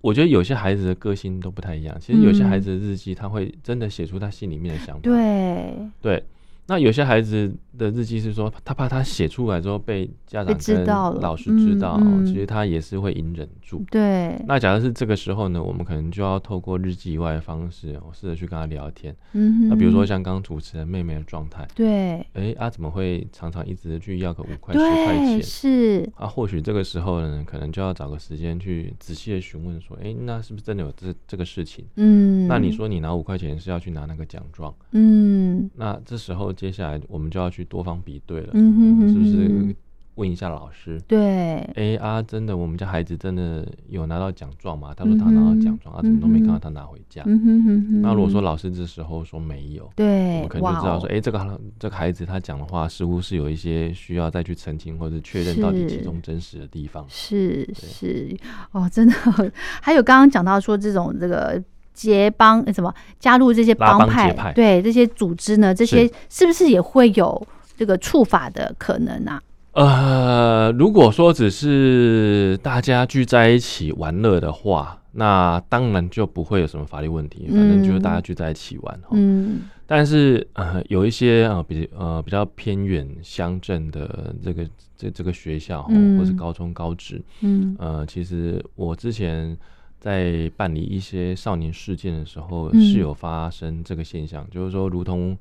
Speaker 3: 我觉得有些孩子的个性都不太一样。其实有些孩子的日记，他会真的写出他心里面的想法。
Speaker 2: 对，
Speaker 3: 对那有些孩子的日记是说，他怕他写出来之后被家
Speaker 2: 被
Speaker 3: 长
Speaker 2: 知
Speaker 3: 跟
Speaker 2: 道了
Speaker 3: 老师
Speaker 2: 嗯
Speaker 3: 知道，
Speaker 2: 嗯
Speaker 3: 其实他也是会隐忍住。
Speaker 2: 对，
Speaker 3: 那假如是这个时候呢，我们可能就要透过日记以外的方式，我试着去跟他聊天。
Speaker 2: 嗯哼，
Speaker 3: 那比如说像刚刚主持人妹妹的状态，
Speaker 2: 对，
Speaker 3: 诶，啊怎么会常常一直去要个五块十块
Speaker 2: 对，
Speaker 3: 钱？
Speaker 2: 是，
Speaker 3: 啊，或许这个时候呢，可能就要找个时间去仔细的询问说，诶，那是不是真的有这这个事情？
Speaker 2: 嗯，
Speaker 3: 那你，说你拿五块钱是要去拿那个奖状，
Speaker 2: 嗯，
Speaker 3: 那这时候接下来我们就要去多方比对了，
Speaker 2: 嗯哼
Speaker 3: 我们是不
Speaker 2: 哼哼
Speaker 3: 是
Speaker 2: 哼
Speaker 3: 问一下老师？
Speaker 2: 对，
Speaker 3: 诶啊，真的，我们家孩子真的有拿到奖状吗？他说他拿到奖
Speaker 2: 嗯
Speaker 3: 状，
Speaker 2: 哼
Speaker 3: 啊，怎么都没
Speaker 2: 嗯
Speaker 3: 看到
Speaker 2: 哼
Speaker 3: 他拿回家。
Speaker 2: 嗯哼哼哼，
Speaker 3: 那如果说，老师这时候说没有，我
Speaker 2: 对，
Speaker 3: 们可能
Speaker 2: 哇
Speaker 3: 就知道说，
Speaker 2: 哦
Speaker 3: 诶，这个这个孩子他讲的话似乎是有一些需要再去澄清或者确认到底
Speaker 2: 是
Speaker 3: 其中真实的地方。
Speaker 2: 是是哦，真的， 还有刚刚讲到说这种这个结帮呃什么加入这些
Speaker 3: 拉帮
Speaker 2: 派，
Speaker 3: 结派
Speaker 2: 对这些组织呢，这些是不是也会有这个触法的可能啊？
Speaker 3: 呃，如果说只是大家聚在一起玩乐的话，那当然就不会有什么法律问题，反正就是大家聚在一起玩。哦
Speaker 2: 嗯，
Speaker 3: 但是呃，有一些呃比呃比较偏远乡镇的这个这这个学校，哦
Speaker 2: 嗯
Speaker 3: 或是高中高职，
Speaker 2: 嗯
Speaker 3: 呃，其实我之前。在办理一些少年事件的时候，
Speaker 2: 嗯
Speaker 3: 是有发生这个现象，就是说，如同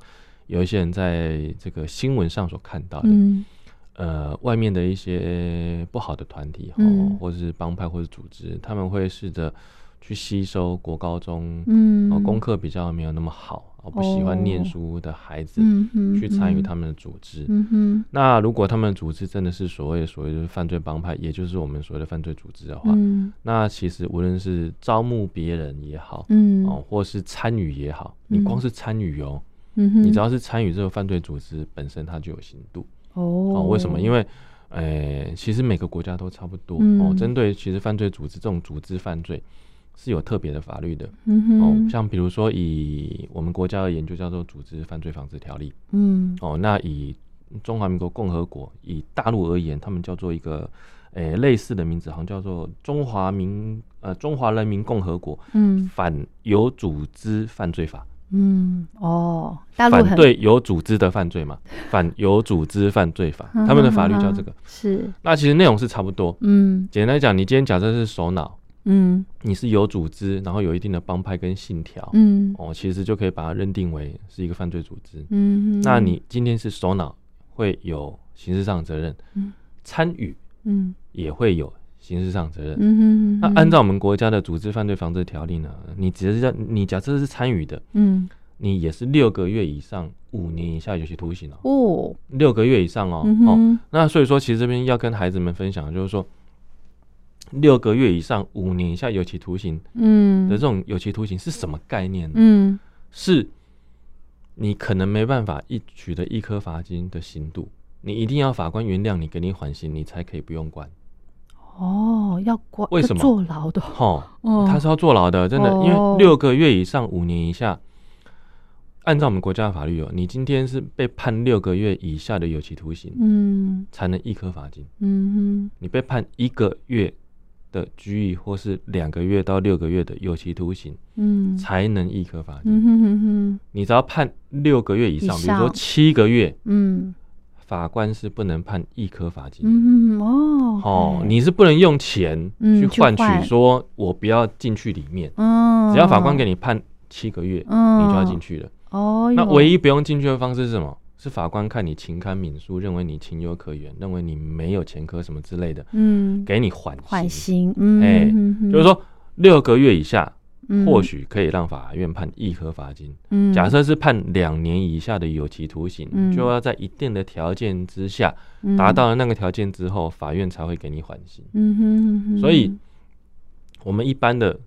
Speaker 3: 有一些人在这个新闻上所看到的，
Speaker 2: 嗯
Speaker 3: 呃，外面的一些不好的团体哈、
Speaker 2: 嗯
Speaker 3: 或者是帮派或者组织，他们会试着去吸收国高中，
Speaker 2: 嗯，
Speaker 3: 哦，功课比较没有那么好，哦，不喜欢念
Speaker 2: 哦
Speaker 3: 书的孩子、
Speaker 2: 嗯嗯
Speaker 3: 去参与
Speaker 2: 嗯
Speaker 3: 他们的组织。
Speaker 2: 嗯哼
Speaker 3: 那如果他们的组织真的是所谓所谓的犯罪帮派，也就是我们所谓的犯罪组织的话，
Speaker 2: 嗯
Speaker 3: 那其实无论是招募别人也好，
Speaker 2: 嗯
Speaker 3: 哦，或是参与也好，你光
Speaker 2: 嗯
Speaker 3: 是参与哦，
Speaker 2: 嗯哼，
Speaker 3: 你只要是参与这个犯罪组织本身，它就有刑度。
Speaker 2: 哦
Speaker 3: 哦，为什么？因
Speaker 2: 为
Speaker 3: 为，呃，其实每个国家都差不多、哦。
Speaker 2: 嗯
Speaker 3: 针对其实犯罪组织这种组织犯罪是有特别的法律的、
Speaker 2: 嗯
Speaker 3: 哦，
Speaker 2: 哼
Speaker 3: 像比如说以我们国家而言，就叫做《组织犯罪防治条例》
Speaker 2: 嗯
Speaker 3: 哦。那以中华民国共和国以大陆而言，他们叫做一个。诶，类似的名字好像叫做《中华民呃中华人民共和国
Speaker 2: 嗯
Speaker 3: 反有组织犯罪法
Speaker 2: 嗯哦，大》，陆
Speaker 3: 反
Speaker 2: 很
Speaker 3: 对有组织的犯罪嘛，反有组织犯 罪法，
Speaker 2: 啊
Speaker 3: 他们的法律叫这个。
Speaker 2: 是
Speaker 3: 那其实内容是差不多。
Speaker 2: 嗯
Speaker 3: 简单来讲，你今天假设是首脑，
Speaker 2: 嗯
Speaker 3: 你是有组织，然后有一定的帮派跟信条，
Speaker 2: 嗯
Speaker 3: 哦，其实就可以把它认定为是一个犯罪组织。
Speaker 2: 嗯，
Speaker 3: 那你今天是首脑，会有刑事上责任
Speaker 2: 嗯；
Speaker 3: 参与
Speaker 2: 嗯
Speaker 3: 也会有刑事上责任。
Speaker 2: 嗯哼，
Speaker 3: 那按照我们国家的组织犯罪防治条例呢，你只是要你假设是参与的，
Speaker 2: 嗯
Speaker 3: 你也是六个月以上五年以下有期徒刑哦，
Speaker 2: 哦
Speaker 3: 六个月以上哦，
Speaker 2: 嗯
Speaker 3: 哦，
Speaker 2: 哼
Speaker 3: 那所以说，其实这边要跟孩子们分享，就是说，六个月以上五年以下有期徒刑的这
Speaker 2: 嗯
Speaker 3: 种有期徒刑是什么概念呢？
Speaker 2: 嗯
Speaker 3: 是你可能没办法一取得一颗罚金的刑度，你一定要法官原谅你，给你缓刑，你才可以不用关。
Speaker 2: 哦要关
Speaker 3: 为什么
Speaker 2: 坐牢的
Speaker 3: 吼，
Speaker 2: 哦，
Speaker 3: 他是要坐牢的，真的，因
Speaker 2: 哦
Speaker 3: 为六个月以上五年以下。按照我们国家的法律哦，你今天是被判六个月以下的有期徒刑，
Speaker 2: 嗯
Speaker 3: 才能一颗罚金。
Speaker 2: 嗯
Speaker 3: 你被判一个月的拘役，或是两个月到六个月的有期徒刑，
Speaker 2: 哼嗯
Speaker 3: 才能一颗罚金。
Speaker 2: 嗯哼哼哼
Speaker 3: 你只要判六个月以上，
Speaker 2: 以
Speaker 3: 比如
Speaker 2: 上
Speaker 3: 说七个月，
Speaker 2: 嗯
Speaker 3: 法官是不能判一颗罚金的。
Speaker 2: 嗯哦
Speaker 3: 哦，你是不能用钱
Speaker 2: 嗯
Speaker 3: 去
Speaker 2: 去
Speaker 3: 换取
Speaker 2: 换
Speaker 3: 说我不要进去里面，
Speaker 2: 嗯
Speaker 3: 只要法官给你判七个月，
Speaker 2: 嗯
Speaker 3: 你就要进去了。
Speaker 2: 哦，
Speaker 3: 那唯
Speaker 2: 一
Speaker 3: 一不用进去的方式是什么？是法官看你情堪敏恕，认为你情有可原，认为你没有前科什么之类的，
Speaker 2: 嗯
Speaker 3: 给你缓
Speaker 2: 缓刑
Speaker 3: 刑。
Speaker 2: 嗯
Speaker 3: 哎
Speaker 2: 嗯
Speaker 3: 就是说六个月以下，
Speaker 2: 嗯
Speaker 3: 或许可以让法院判一颗罚金。
Speaker 2: 嗯
Speaker 3: 假设是判两年以下的有期徒刑，
Speaker 2: 嗯
Speaker 3: 就要在一定的条件之下达到了那个条件之后，法院才会给你缓刑。
Speaker 2: 嗯哼哼哼
Speaker 3: 所以我们一般的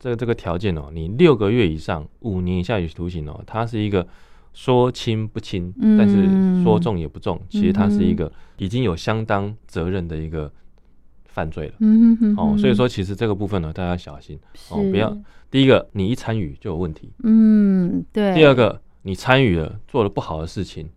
Speaker 3: 这个这个条件哦，你六个月以上五年以下有期徒刑哦，它是一个说轻不轻，
Speaker 2: 嗯
Speaker 3: 但是说重也不重，其实它是一个已经有相当责任的一个犯罪了。
Speaker 2: 嗯哼哼
Speaker 3: 哦，
Speaker 2: 哼
Speaker 3: 所以说其实这个部分呢，大家小心哦，
Speaker 2: 是
Speaker 3: 不要第一个你一参与就有问题，
Speaker 2: 嗯，对。
Speaker 3: 第二个你参与了做了不好的事情，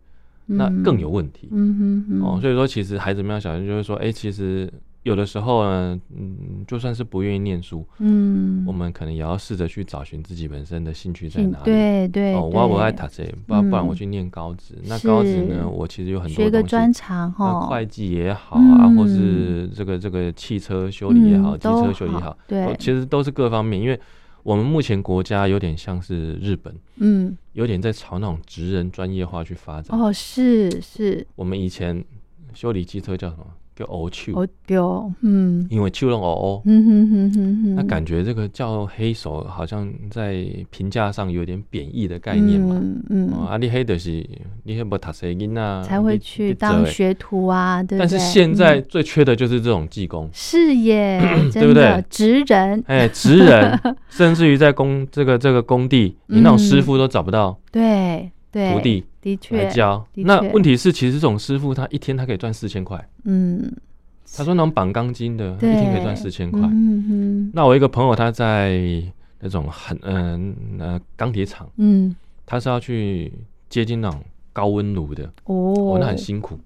Speaker 3: 那
Speaker 2: 嗯
Speaker 3: 更有问题。
Speaker 2: 嗯哼哼
Speaker 3: 哦，所以说其实孩子们要小心，就是说，哎、其实有的时候呢，嗯，就算是不愿意念书，
Speaker 2: 嗯，
Speaker 3: 我们可能也要试着去找寻自己本身的兴趣在
Speaker 2: 挺
Speaker 3: 哪里。
Speaker 2: 嗯对对
Speaker 3: 哦，我我爱
Speaker 2: 对
Speaker 3: 打这，不然不然
Speaker 2: 嗯
Speaker 3: 我去念高职。那
Speaker 2: 是
Speaker 3: 高职呢，我其实有很多
Speaker 2: 学个
Speaker 3: 东西，
Speaker 2: 专长
Speaker 3: 那
Speaker 2: 哈，
Speaker 3: 会计也好啊，或是
Speaker 2: 嗯
Speaker 3: 这个这个汽车修理也好，
Speaker 2: 嗯
Speaker 3: 机车
Speaker 2: 都
Speaker 3: 修理也好，
Speaker 2: 对
Speaker 3: 哦，其实都是各方面。因为我们目前国家有点像是日本，
Speaker 2: 嗯，
Speaker 3: 有点在朝那种职人专业化去发展。
Speaker 2: 哦，是是，
Speaker 3: 我们以前修理机车叫什么？叫欧去，
Speaker 2: 我有，嗯
Speaker 3: 因为去弄欧欧。
Speaker 2: 嗯哼哼哼哼，
Speaker 3: 那感觉这个叫黑手，好像在评价上有点贬义的概念嘛。
Speaker 2: 嗯
Speaker 3: 哦，
Speaker 2: 嗯，
Speaker 3: 啊，你黑就是你黑不读册囡仔，
Speaker 2: 才会
Speaker 3: 你
Speaker 2: 去当。
Speaker 3: 你做的
Speaker 2: 学嗯徒啊，对不
Speaker 3: 但
Speaker 2: 对？
Speaker 3: 是现在
Speaker 2: 嗯，
Speaker 3: 最缺的就是这种技工
Speaker 2: 是 耶，真
Speaker 3: 不
Speaker 2: 的
Speaker 3: 对
Speaker 2: 职人，
Speaker 3: 哎，职人，甚至于在工这个这个工地，你那种师傅都找不到
Speaker 2: 对嗯对，
Speaker 3: 徒弟
Speaker 2: 的
Speaker 3: 来
Speaker 2: 确，
Speaker 3: 教。
Speaker 2: 的
Speaker 3: 那
Speaker 2: 确
Speaker 3: 问题是，其实这种师傅他一天他可以赚四千块，
Speaker 2: 嗯，
Speaker 3: 他说那种绑钢筋的，一
Speaker 2: 对，
Speaker 3: 天可以赚四千块。
Speaker 2: 嗯哼哼
Speaker 3: 那我一个朋友他在那种很嗯呃钢铁厂，
Speaker 2: 嗯，
Speaker 3: 他是要去接近那种高温炉的，
Speaker 2: 哦
Speaker 3: 哦，，那很辛苦，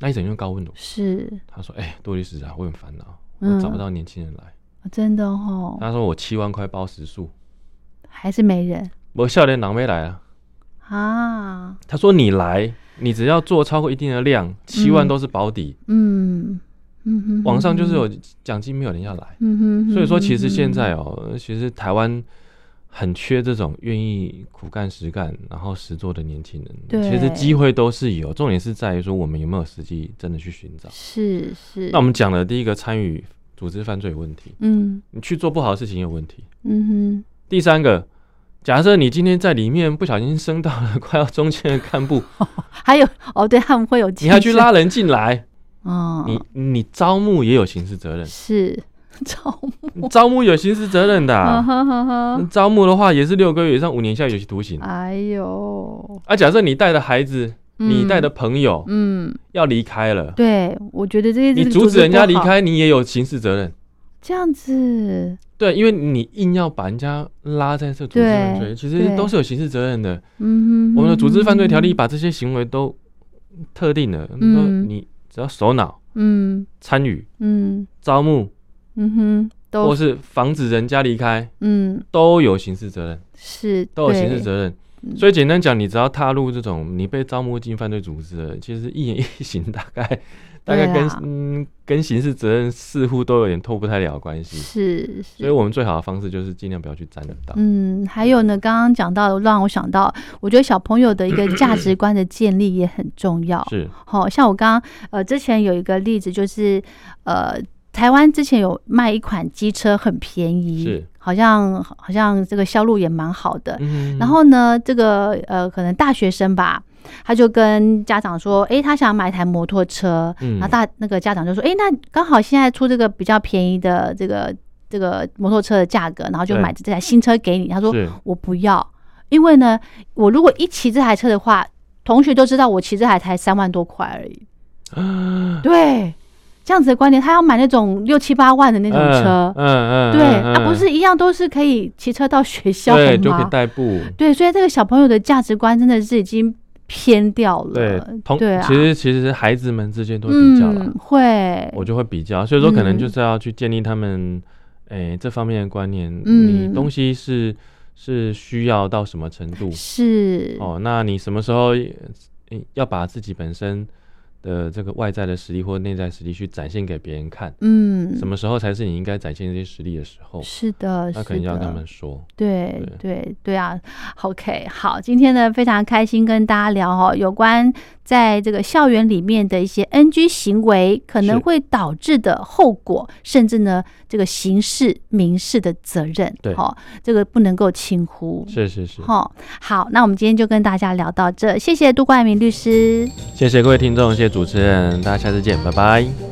Speaker 3: 那一整天高温炉。
Speaker 2: 是，
Speaker 3: 他说：“哎、杜律师啊，我很烦恼，
Speaker 2: 嗯
Speaker 3: 我找不到年轻人来。
Speaker 2: 真的哦，
Speaker 3: 他说：“我七万块包食宿，
Speaker 2: 还是没人
Speaker 3: 我笑脸狼没来啊。
Speaker 2: 啊，”
Speaker 3: 他说：“你来，你只要做超过一定的量，七万都是保底。
Speaker 2: 嗯嗯哼，
Speaker 3: 网上就是有奖金，没有人要来。
Speaker 2: 嗯哼哼，
Speaker 3: 所以说，其实现在
Speaker 2: 哦，
Speaker 3: 哦，其实台湾很缺这种愿意苦干实干，然后实做的年轻人。
Speaker 2: 对
Speaker 3: 其实机会都是有，重点是在于说我们有没有实际真的去寻找。
Speaker 2: 是是，
Speaker 3: 那我们讲的第一个参与组织犯罪有问题，
Speaker 2: 嗯
Speaker 3: 你去做不好的事情有问题。
Speaker 2: 嗯
Speaker 3: 第三个，假设你今天在里面不小心升到了快要中间的 干部，
Speaker 2: 哼，还有哦，对他们会有，
Speaker 3: 你还 去，拉人进来，
Speaker 2: 嗯，
Speaker 3: 你你招募也有刑 事责任，
Speaker 2: 是超
Speaker 3: 招募有刑事责任的
Speaker 2: 哈
Speaker 3: 啊、
Speaker 2: 哈哈哈，
Speaker 3: 招募的话也是六个月以上五年以下有期徒刑。
Speaker 2: 哎呦，
Speaker 3: 啊，假设你带的孩子，你带的朋友
Speaker 2: 嗯，嗯，
Speaker 3: 要离开了，
Speaker 2: 对，我觉得这些这
Speaker 3: 你
Speaker 2: 个
Speaker 3: 阻止人家
Speaker 2: 不
Speaker 3: 离
Speaker 2: 好，
Speaker 3: 开，你也有刑事责任。
Speaker 2: 这样子，
Speaker 3: 对，因为你硬要把人家拉在这组织犯
Speaker 2: 对
Speaker 3: 罪，其实
Speaker 2: 对
Speaker 3: 都是有刑事责任的。
Speaker 2: 嗯哼，
Speaker 3: 我们的组织犯罪条例
Speaker 2: 吧，
Speaker 3: 把这些行为都特定了，
Speaker 2: 嗯
Speaker 3: 那你只要首脑
Speaker 2: 嗯
Speaker 3: 参与、
Speaker 2: 嗯
Speaker 3: 招募，
Speaker 2: 嗯哼，
Speaker 3: 或
Speaker 2: 都，
Speaker 3: 是防止人家离开，
Speaker 2: 嗯，
Speaker 3: 都有刑事责任，
Speaker 2: 是，
Speaker 3: 都有刑事
Speaker 2: 任，
Speaker 3: 责任
Speaker 2: 嗯。
Speaker 3: 所以简单讲，你只要踏入这种你被招募进犯罪组织了，其实一言一行大概大概
Speaker 2: 对
Speaker 3: 跟
Speaker 2: 啊
Speaker 3: 嗯跟刑事责任似乎都有点脱不太了关系。
Speaker 2: 是是，
Speaker 3: 所以我们最好的方式就是尽量不要去沾得到。
Speaker 2: 嗯，还有呢，刚刚讲到，让我想到，我觉得小朋友的一个价值观的建立也很重要。
Speaker 3: 是，
Speaker 2: 好、像我刚刚呃之前有一个例子，就是呃台湾之前有卖一款机车很便宜，
Speaker 3: 是
Speaker 2: 好像好像这个销路也蛮好的。
Speaker 3: 嗯
Speaker 2: 然后呢，这个呃可能大学生吧，他就跟家长说，诶，他想买一台摩托车，然
Speaker 3: 嗯
Speaker 2: 后大那个家长就说：“哎、那刚好现在出这个比较便宜的这个这个摩托车的价格，然后就
Speaker 3: 对
Speaker 2: 买这台新车给你。”他说
Speaker 3: 是：“
Speaker 2: 我不要，因为呢，我如果一骑这台车的话，同学都知道我骑这台才三万多块而已。
Speaker 3: 啊
Speaker 2: 对，这样子的观念，他要买那种六七八万的那种车
Speaker 3: 嗯，嗯嗯，
Speaker 2: 对，
Speaker 3: 嗯
Speaker 2: 啊，不是一样都是可以骑车到学校的
Speaker 3: 对，
Speaker 2: 吗？
Speaker 3: 就可以代步。
Speaker 2: 对，所以这个小朋友的价值观真的是已经偏掉了。
Speaker 3: 对，同
Speaker 2: 对啊，
Speaker 3: 其实其实孩子们之间都会比较啦，
Speaker 2: 嗯，会，
Speaker 3: 我就会比较，所以说可能
Speaker 2: 嗯
Speaker 3: 就是要去建立他们，诶、这方面的观念，
Speaker 2: 嗯
Speaker 3: 你东西是是需要到什么程度
Speaker 2: 是
Speaker 3: 哦，那你什么时候、呃要把自己本身的这个外在的实力或内在实力去展现给别人看，
Speaker 2: 嗯，
Speaker 3: 什么时候才是你应该展现这些实力的时候，
Speaker 2: 是的，嗯
Speaker 3: 那可
Speaker 2: 是
Speaker 3: 能要跟
Speaker 2: 的
Speaker 3: 他们说，
Speaker 2: 对对对啊，OK，好，今天呢非常开心跟大家聊哦，有关在这个校园里面的一些 NG 行为可能
Speaker 3: 是
Speaker 2: 会导致的后果，甚至呢这个刑事、民事的责任，
Speaker 3: 对
Speaker 2: 哦，这个不能够轻忽。
Speaker 3: 是是是，
Speaker 2: 好、好，那我们今天就跟大家聊到这，谢谢杜冠明律师。
Speaker 3: 谢谢各位听众，谢谢主持人，大家下次见，拜拜。